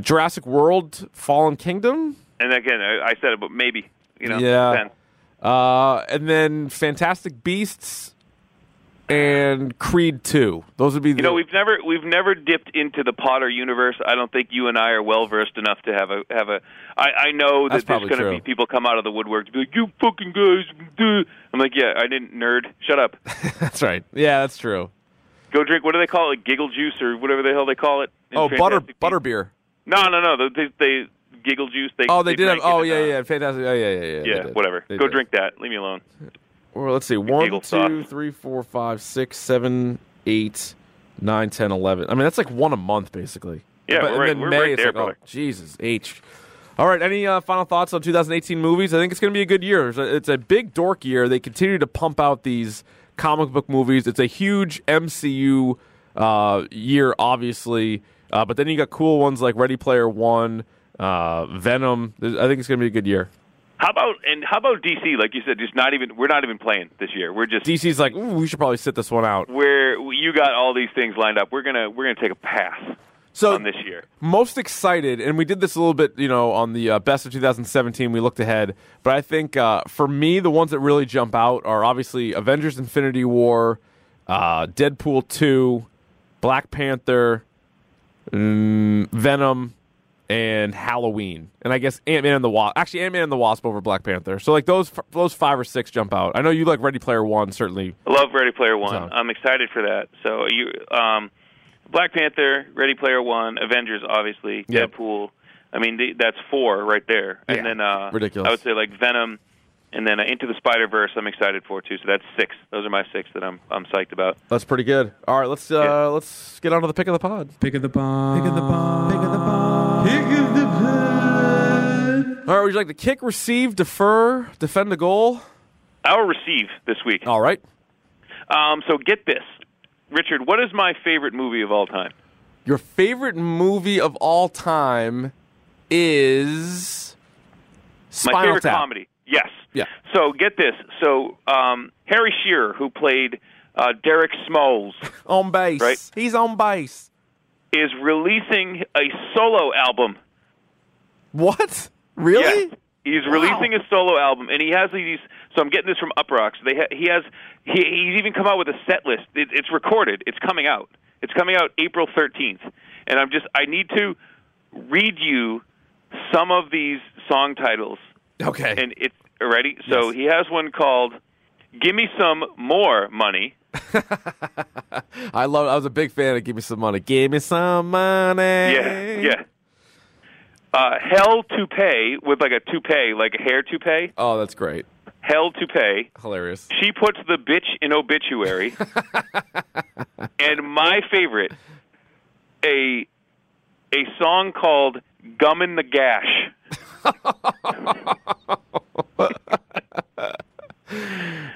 [SPEAKER 2] Jurassic World: Fallen Kingdom,
[SPEAKER 3] And again, I, I said it, but maybe you know.
[SPEAKER 2] Yeah.
[SPEAKER 3] depends.
[SPEAKER 2] uh, and then Fantastic Beasts and Creed Two. Those would be the
[SPEAKER 3] You know, we've never we've never dipped into the Potter universe. I don't think you and I are well versed enough to have a have a. I, I know
[SPEAKER 2] That's
[SPEAKER 3] that
[SPEAKER 2] probably
[SPEAKER 3] there's going to
[SPEAKER 2] true.
[SPEAKER 3] be people come out of the woodwork to be like, "You fucking guys!" duh." I'm like, "Yeah, I didn't, nerd. Shut up.
[SPEAKER 2] [laughs] that's right. Yeah, that's true.
[SPEAKER 3] Go drink. What do they call it? Giggle juice or whatever the hell they call it." in
[SPEAKER 2] Oh, butter
[SPEAKER 3] Fantastic Beasts.
[SPEAKER 2] butterbeer.
[SPEAKER 3] No, no, no. They, they giggle juice. They
[SPEAKER 2] Oh, they, did. Have,
[SPEAKER 3] drank
[SPEAKER 2] oh,
[SPEAKER 3] it,
[SPEAKER 2] yeah,
[SPEAKER 3] uh,
[SPEAKER 2] yeah, fantastic. Oh, yeah, yeah, yeah. they
[SPEAKER 3] yeah.
[SPEAKER 2] did.
[SPEAKER 3] Whatever.
[SPEAKER 2] They
[SPEAKER 3] Go
[SPEAKER 2] did.
[SPEAKER 3] drink that. Leave me alone.
[SPEAKER 2] Or let's see, one,
[SPEAKER 3] giggle sauce.
[SPEAKER 2] two, three, four, five, six, seven, eight, nine, ten, eleven. I mean, that's like one a month, basically.
[SPEAKER 3] Yeah,
[SPEAKER 2] but,
[SPEAKER 3] we're right-
[SPEAKER 2] and then
[SPEAKER 3] we're
[SPEAKER 2] May,
[SPEAKER 3] right
[SPEAKER 2] it's
[SPEAKER 3] there,
[SPEAKER 2] like, oh,
[SPEAKER 3] brother.
[SPEAKER 2] Jesus H. All right. Any uh, final thoughts on 2018 movies? I think it's going to be a good year. It's a, it's a big dork year. They continue to pump out these comic book movies. It's a huge MCU uh, year, obviously. Uh, but then you got cool ones like Ready Player One, uh, Venom. There's- I think it's going to be a good year.
[SPEAKER 3] How about and how about DC? Like you said, just not even. We're not even playing this year. We're just
[SPEAKER 2] DC's like, Ooh, we should probably sit this one out.
[SPEAKER 3] where you got all these things lined up. We're gonna we're gonna take a pass
[SPEAKER 2] So
[SPEAKER 3] on this year.
[SPEAKER 2] most excited, and we did this a little bit, you know, on the uh, best of 2017. We looked ahead, but I think uh, for me, the ones that really jump out are obviously Avengers: Infinity War, uh, Deadpool 2, Black Panther, mm, Venom, and Halloween. And I guess Ant Man and the Wasp. Actually, Ant Man and the Wasp over Black Panther. So like those f- those five or six jump out. I know you like Ready Player One, certainly.
[SPEAKER 3] I love Ready Player One.
[SPEAKER 2] So-
[SPEAKER 3] I'm excited for that. So you, um, Black Panther, Ready Player One, Avengers, obviously,
[SPEAKER 2] Yep.
[SPEAKER 3] Deadpool. I mean, the, that's four right there. And
[SPEAKER 2] Yeah.
[SPEAKER 3] then uh,
[SPEAKER 2] Ridiculous.
[SPEAKER 3] I would say like Venom, and then uh, Into the Spider Verse. I'm excited for too. So that's six. Those are my six that I'm I'm psyched about.
[SPEAKER 2] That's pretty good. All right, let's uh,
[SPEAKER 3] Yeah.
[SPEAKER 2] let's get on to the pick of the pod.
[SPEAKER 6] Pick of the bomb. Pick of the bomb. Pick of the bomb. Pick of the bomb.
[SPEAKER 2] All right, would you like to kick, receive, defer, defend a goal?
[SPEAKER 3] I'll receive this week.
[SPEAKER 2] All right. Oh.
[SPEAKER 3] Um, so get this, Richard. What is my favorite movie of all time?
[SPEAKER 2] Your favorite movie of all time is Spinal
[SPEAKER 3] my favorite
[SPEAKER 2] Tap.
[SPEAKER 3] comedy. Yes.
[SPEAKER 2] Yeah.
[SPEAKER 3] So get this. So um, Harry Shearer, who played uh, Derek Smoles,
[SPEAKER 2] On base.
[SPEAKER 3] Right.
[SPEAKER 2] He's on base.
[SPEAKER 3] is releasing a solo album.
[SPEAKER 2] What? Really?
[SPEAKER 3] Yes. He's releasing a solo album, and he has these. So I'm getting this from Up Rocks. They ha- he has he, he's even come out with a set list. It, it's recorded. It's coming out. It's coming out April 13th, and I'm just I need to read you some of these song titles,
[SPEAKER 2] Okay.
[SPEAKER 3] and it's already. So he has one called "Give Me Some More Money."
[SPEAKER 2] I love. I was a big fan of "Give Me Some Money." Give me some money.
[SPEAKER 3] Yeah, yeah. Uh, Hell to pay with like a toupee, like a hair toupee.
[SPEAKER 2] Oh, that's great.
[SPEAKER 3] Hell to pay.
[SPEAKER 2] Hilarious.
[SPEAKER 3] She puts the bitch
[SPEAKER 2] [laughs]
[SPEAKER 3] in obituary. and my favorite, a a song called "Gum in the Gash."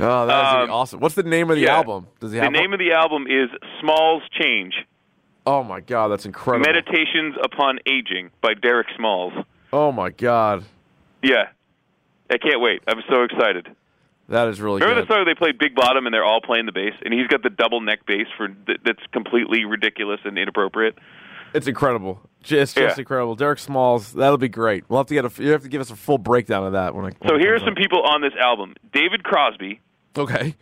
[SPEAKER 2] Oh, that's gonna be
[SPEAKER 3] Um,
[SPEAKER 2] awesome. What's the name of the
[SPEAKER 3] yeah.
[SPEAKER 2] album? Does he
[SPEAKER 3] The
[SPEAKER 2] have
[SPEAKER 3] name
[SPEAKER 2] One?
[SPEAKER 3] of the album is "Smalls Change:
[SPEAKER 2] Oh my god, that's incredible.
[SPEAKER 3] Meditations Upon Aging" by Derek Smalls.
[SPEAKER 2] oh my god,
[SPEAKER 3] Yeah, I can't wait. I'm so excited.
[SPEAKER 2] that is really
[SPEAKER 3] Remember
[SPEAKER 2] good.
[SPEAKER 3] the song where they played Big Bottom and they're all playing the bass, and he's got the double neck bass for that- that's completely ridiculous and inappropriate.
[SPEAKER 2] It's incredible. Just, just
[SPEAKER 3] Yeah.
[SPEAKER 2] incredible. Derek Smalls, that'll be great. We'll have to get a. You have to give us a full breakdown of that when I.
[SPEAKER 3] So
[SPEAKER 2] when it
[SPEAKER 3] here are
[SPEAKER 2] comes
[SPEAKER 3] some people on this album: David Crosby,
[SPEAKER 2] out. Okay.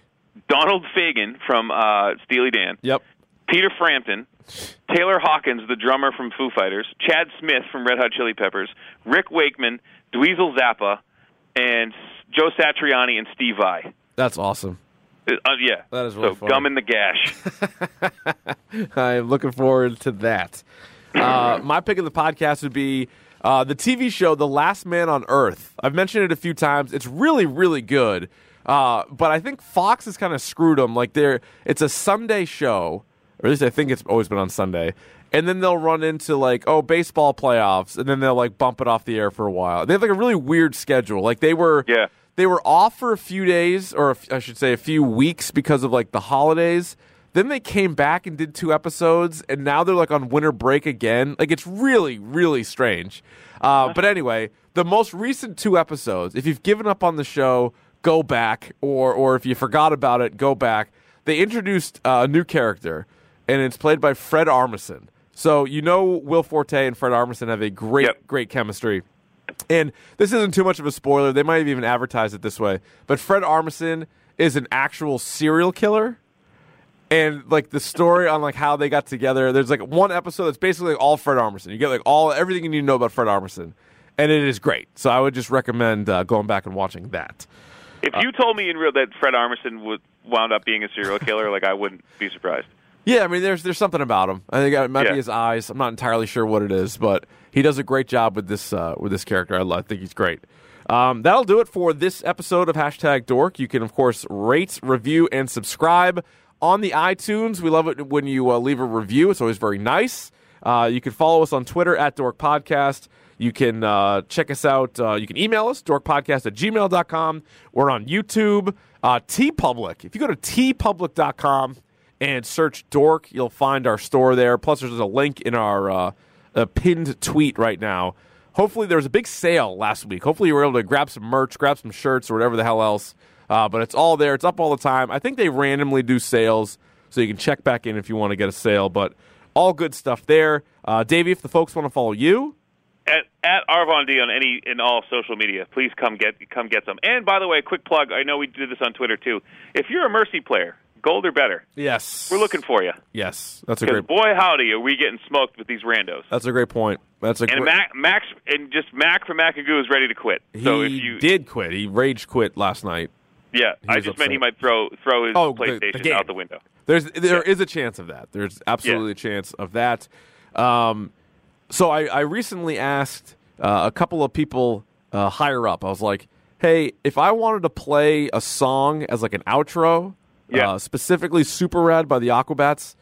[SPEAKER 3] Donald Fagen from uh, Steely Dan,
[SPEAKER 2] Yep.
[SPEAKER 3] Peter Frampton, Taylor Hawkins, the drummer from Foo Fighters, Chad Smith from Red Hot Chili Peppers, Rick Wakeman, Dweezil Zappa, and S- Joe Satriani and Steve Vai.
[SPEAKER 2] That's awesome.
[SPEAKER 3] Uh, yeah,
[SPEAKER 2] That is really
[SPEAKER 3] so
[SPEAKER 2] funny.
[SPEAKER 3] gum in
[SPEAKER 2] [laughs]
[SPEAKER 3] the gash.
[SPEAKER 2] I'm looking forward to that. Uh, my pick of the podcast would be uh, the TV show The Last Man on Earth. I've mentioned it a few times. It's really, really good. Uh, but I think Fox has kind of screwed them. Like they're, it's a Sunday show, or at least I think it's always been on Sunday. And then they'll run into like, oh, baseball playoffs, and then they'll like bump it off the air for a while. They have like a really weird schedule. Like they were,
[SPEAKER 3] Yeah.
[SPEAKER 2] they were off for a few days, or a f- I should say, a few weeks because of like the holidays. Then they came back and did two episodes, and now they're like on winter break again. Like it's really, really strange. Uh, but anyway, the most recent two episodes. If you've given up on the show, go back, or or if you forgot about it, go back. They introduced uh, a new character, and it's played by Fred Armisen. So you know Will Forte and Fred Armisen have a great,
[SPEAKER 3] Yep.
[SPEAKER 2] great chemistry. And this isn't too much of a spoiler. They might have even advertised it this way. But Fred Armisen is an actual serial killer. And like the story on like how they got together, there's like one episode that's basically all Fred Armisen. You get like all everything you need to know about Fred Armisen, and it is great. So I would just recommend uh, going back and watching that.
[SPEAKER 3] if you told me in real that Fred Armisen would wound up being a serial killer, like I wouldn't be surprised.
[SPEAKER 2] Yeah, I mean, there's there's something about him. I think it might
[SPEAKER 3] Yeah.
[SPEAKER 2] be his eyes. I'm not entirely sure what it is, but he does a great job with this uh, with this character. I, love, I think he's great. Um, that'll do it for this episode of hashtag Dork. You can of course rate, review, and subscribe on the iTunes. We love it when you uh, leave a review. It's always very nice. Uh, you can follow us on Twitter at Dork Podcast. You can uh, check us out. Uh, you can email us, dorkpodcast at gmail.com. We're on YouTube, uh, TeePublic. If you go to tpublic.com and search Dork, you'll find our store there. Plus, there's a link in our uh, uh, pinned tweet right now. Hopefully, there was a big sale last week. Hopefully, you were able to grab some merch, grab some shirts, or whatever the hell else. Uh, but it's all there. It's up all the time. I think they randomly do sales, so you can check back in if you want to get a sale. But all good stuff there. Uh, Davey, if the folks want to follow you,
[SPEAKER 3] at, at Arvon D on any and all social media. Please come get come get some. And by the way, quick plug. I know we did this on Twitter too. If you're a Mercy player, gold or better,
[SPEAKER 2] yes,
[SPEAKER 3] we're looking for you.
[SPEAKER 2] Yes, that's a
[SPEAKER 3] Because
[SPEAKER 2] great.
[SPEAKER 3] boy, howdy, are we getting smoked with these randos.
[SPEAKER 2] That's a great point. That's a
[SPEAKER 3] And
[SPEAKER 2] great.
[SPEAKER 3] Mac, Max and just Mac from Macagoo is ready to quit.
[SPEAKER 2] he
[SPEAKER 3] so if you
[SPEAKER 2] did quit. He rage quit last night.
[SPEAKER 3] yeah, I
[SPEAKER 2] was
[SPEAKER 3] just
[SPEAKER 2] upset.
[SPEAKER 3] meant he might throw throw his
[SPEAKER 2] Oh, the- the
[SPEAKER 3] PlayStation
[SPEAKER 2] game.
[SPEAKER 3] out the window.
[SPEAKER 2] There's there is a chance of that. There's absolutely a chance of that. Um, so I, I recently asked uh, a couple of people uh, higher up. I was like, "Hey, if I wanted to play a song as like an outro,
[SPEAKER 3] Yeah.
[SPEAKER 2] uh, specifically Super Rad by the Aquabats,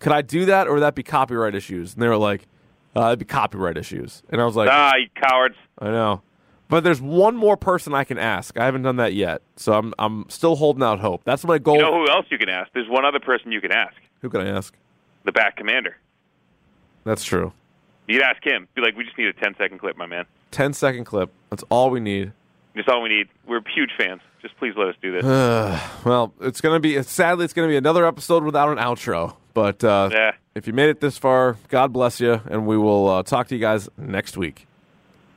[SPEAKER 2] could I do that, or would that be copyright issues?" And they were like, uh, "It'd be copyright issues." And I was like,
[SPEAKER 3] Ah, you cowards!
[SPEAKER 2] I know. But there's one more person I can ask. I haven't done that yet, so I'm I'm still holding out hope. That's my goal.
[SPEAKER 3] You know who else you can ask? There's one other person you can ask.
[SPEAKER 2] Who can I ask?
[SPEAKER 3] The back commander.
[SPEAKER 2] That's true.
[SPEAKER 3] You'd ask him. Be like, we just need a 10 second clip, my man.
[SPEAKER 2] 10 second clip. That's all we need.
[SPEAKER 3] It's all we need. We're huge fans. Just please let us do this.
[SPEAKER 2] [sighs] Well, it's gonna be sadly it's gonna be another episode without an outro. But uh,
[SPEAKER 3] Yeah.
[SPEAKER 2] if you made it this far, God bless you, and we will uh, talk to you guys next week.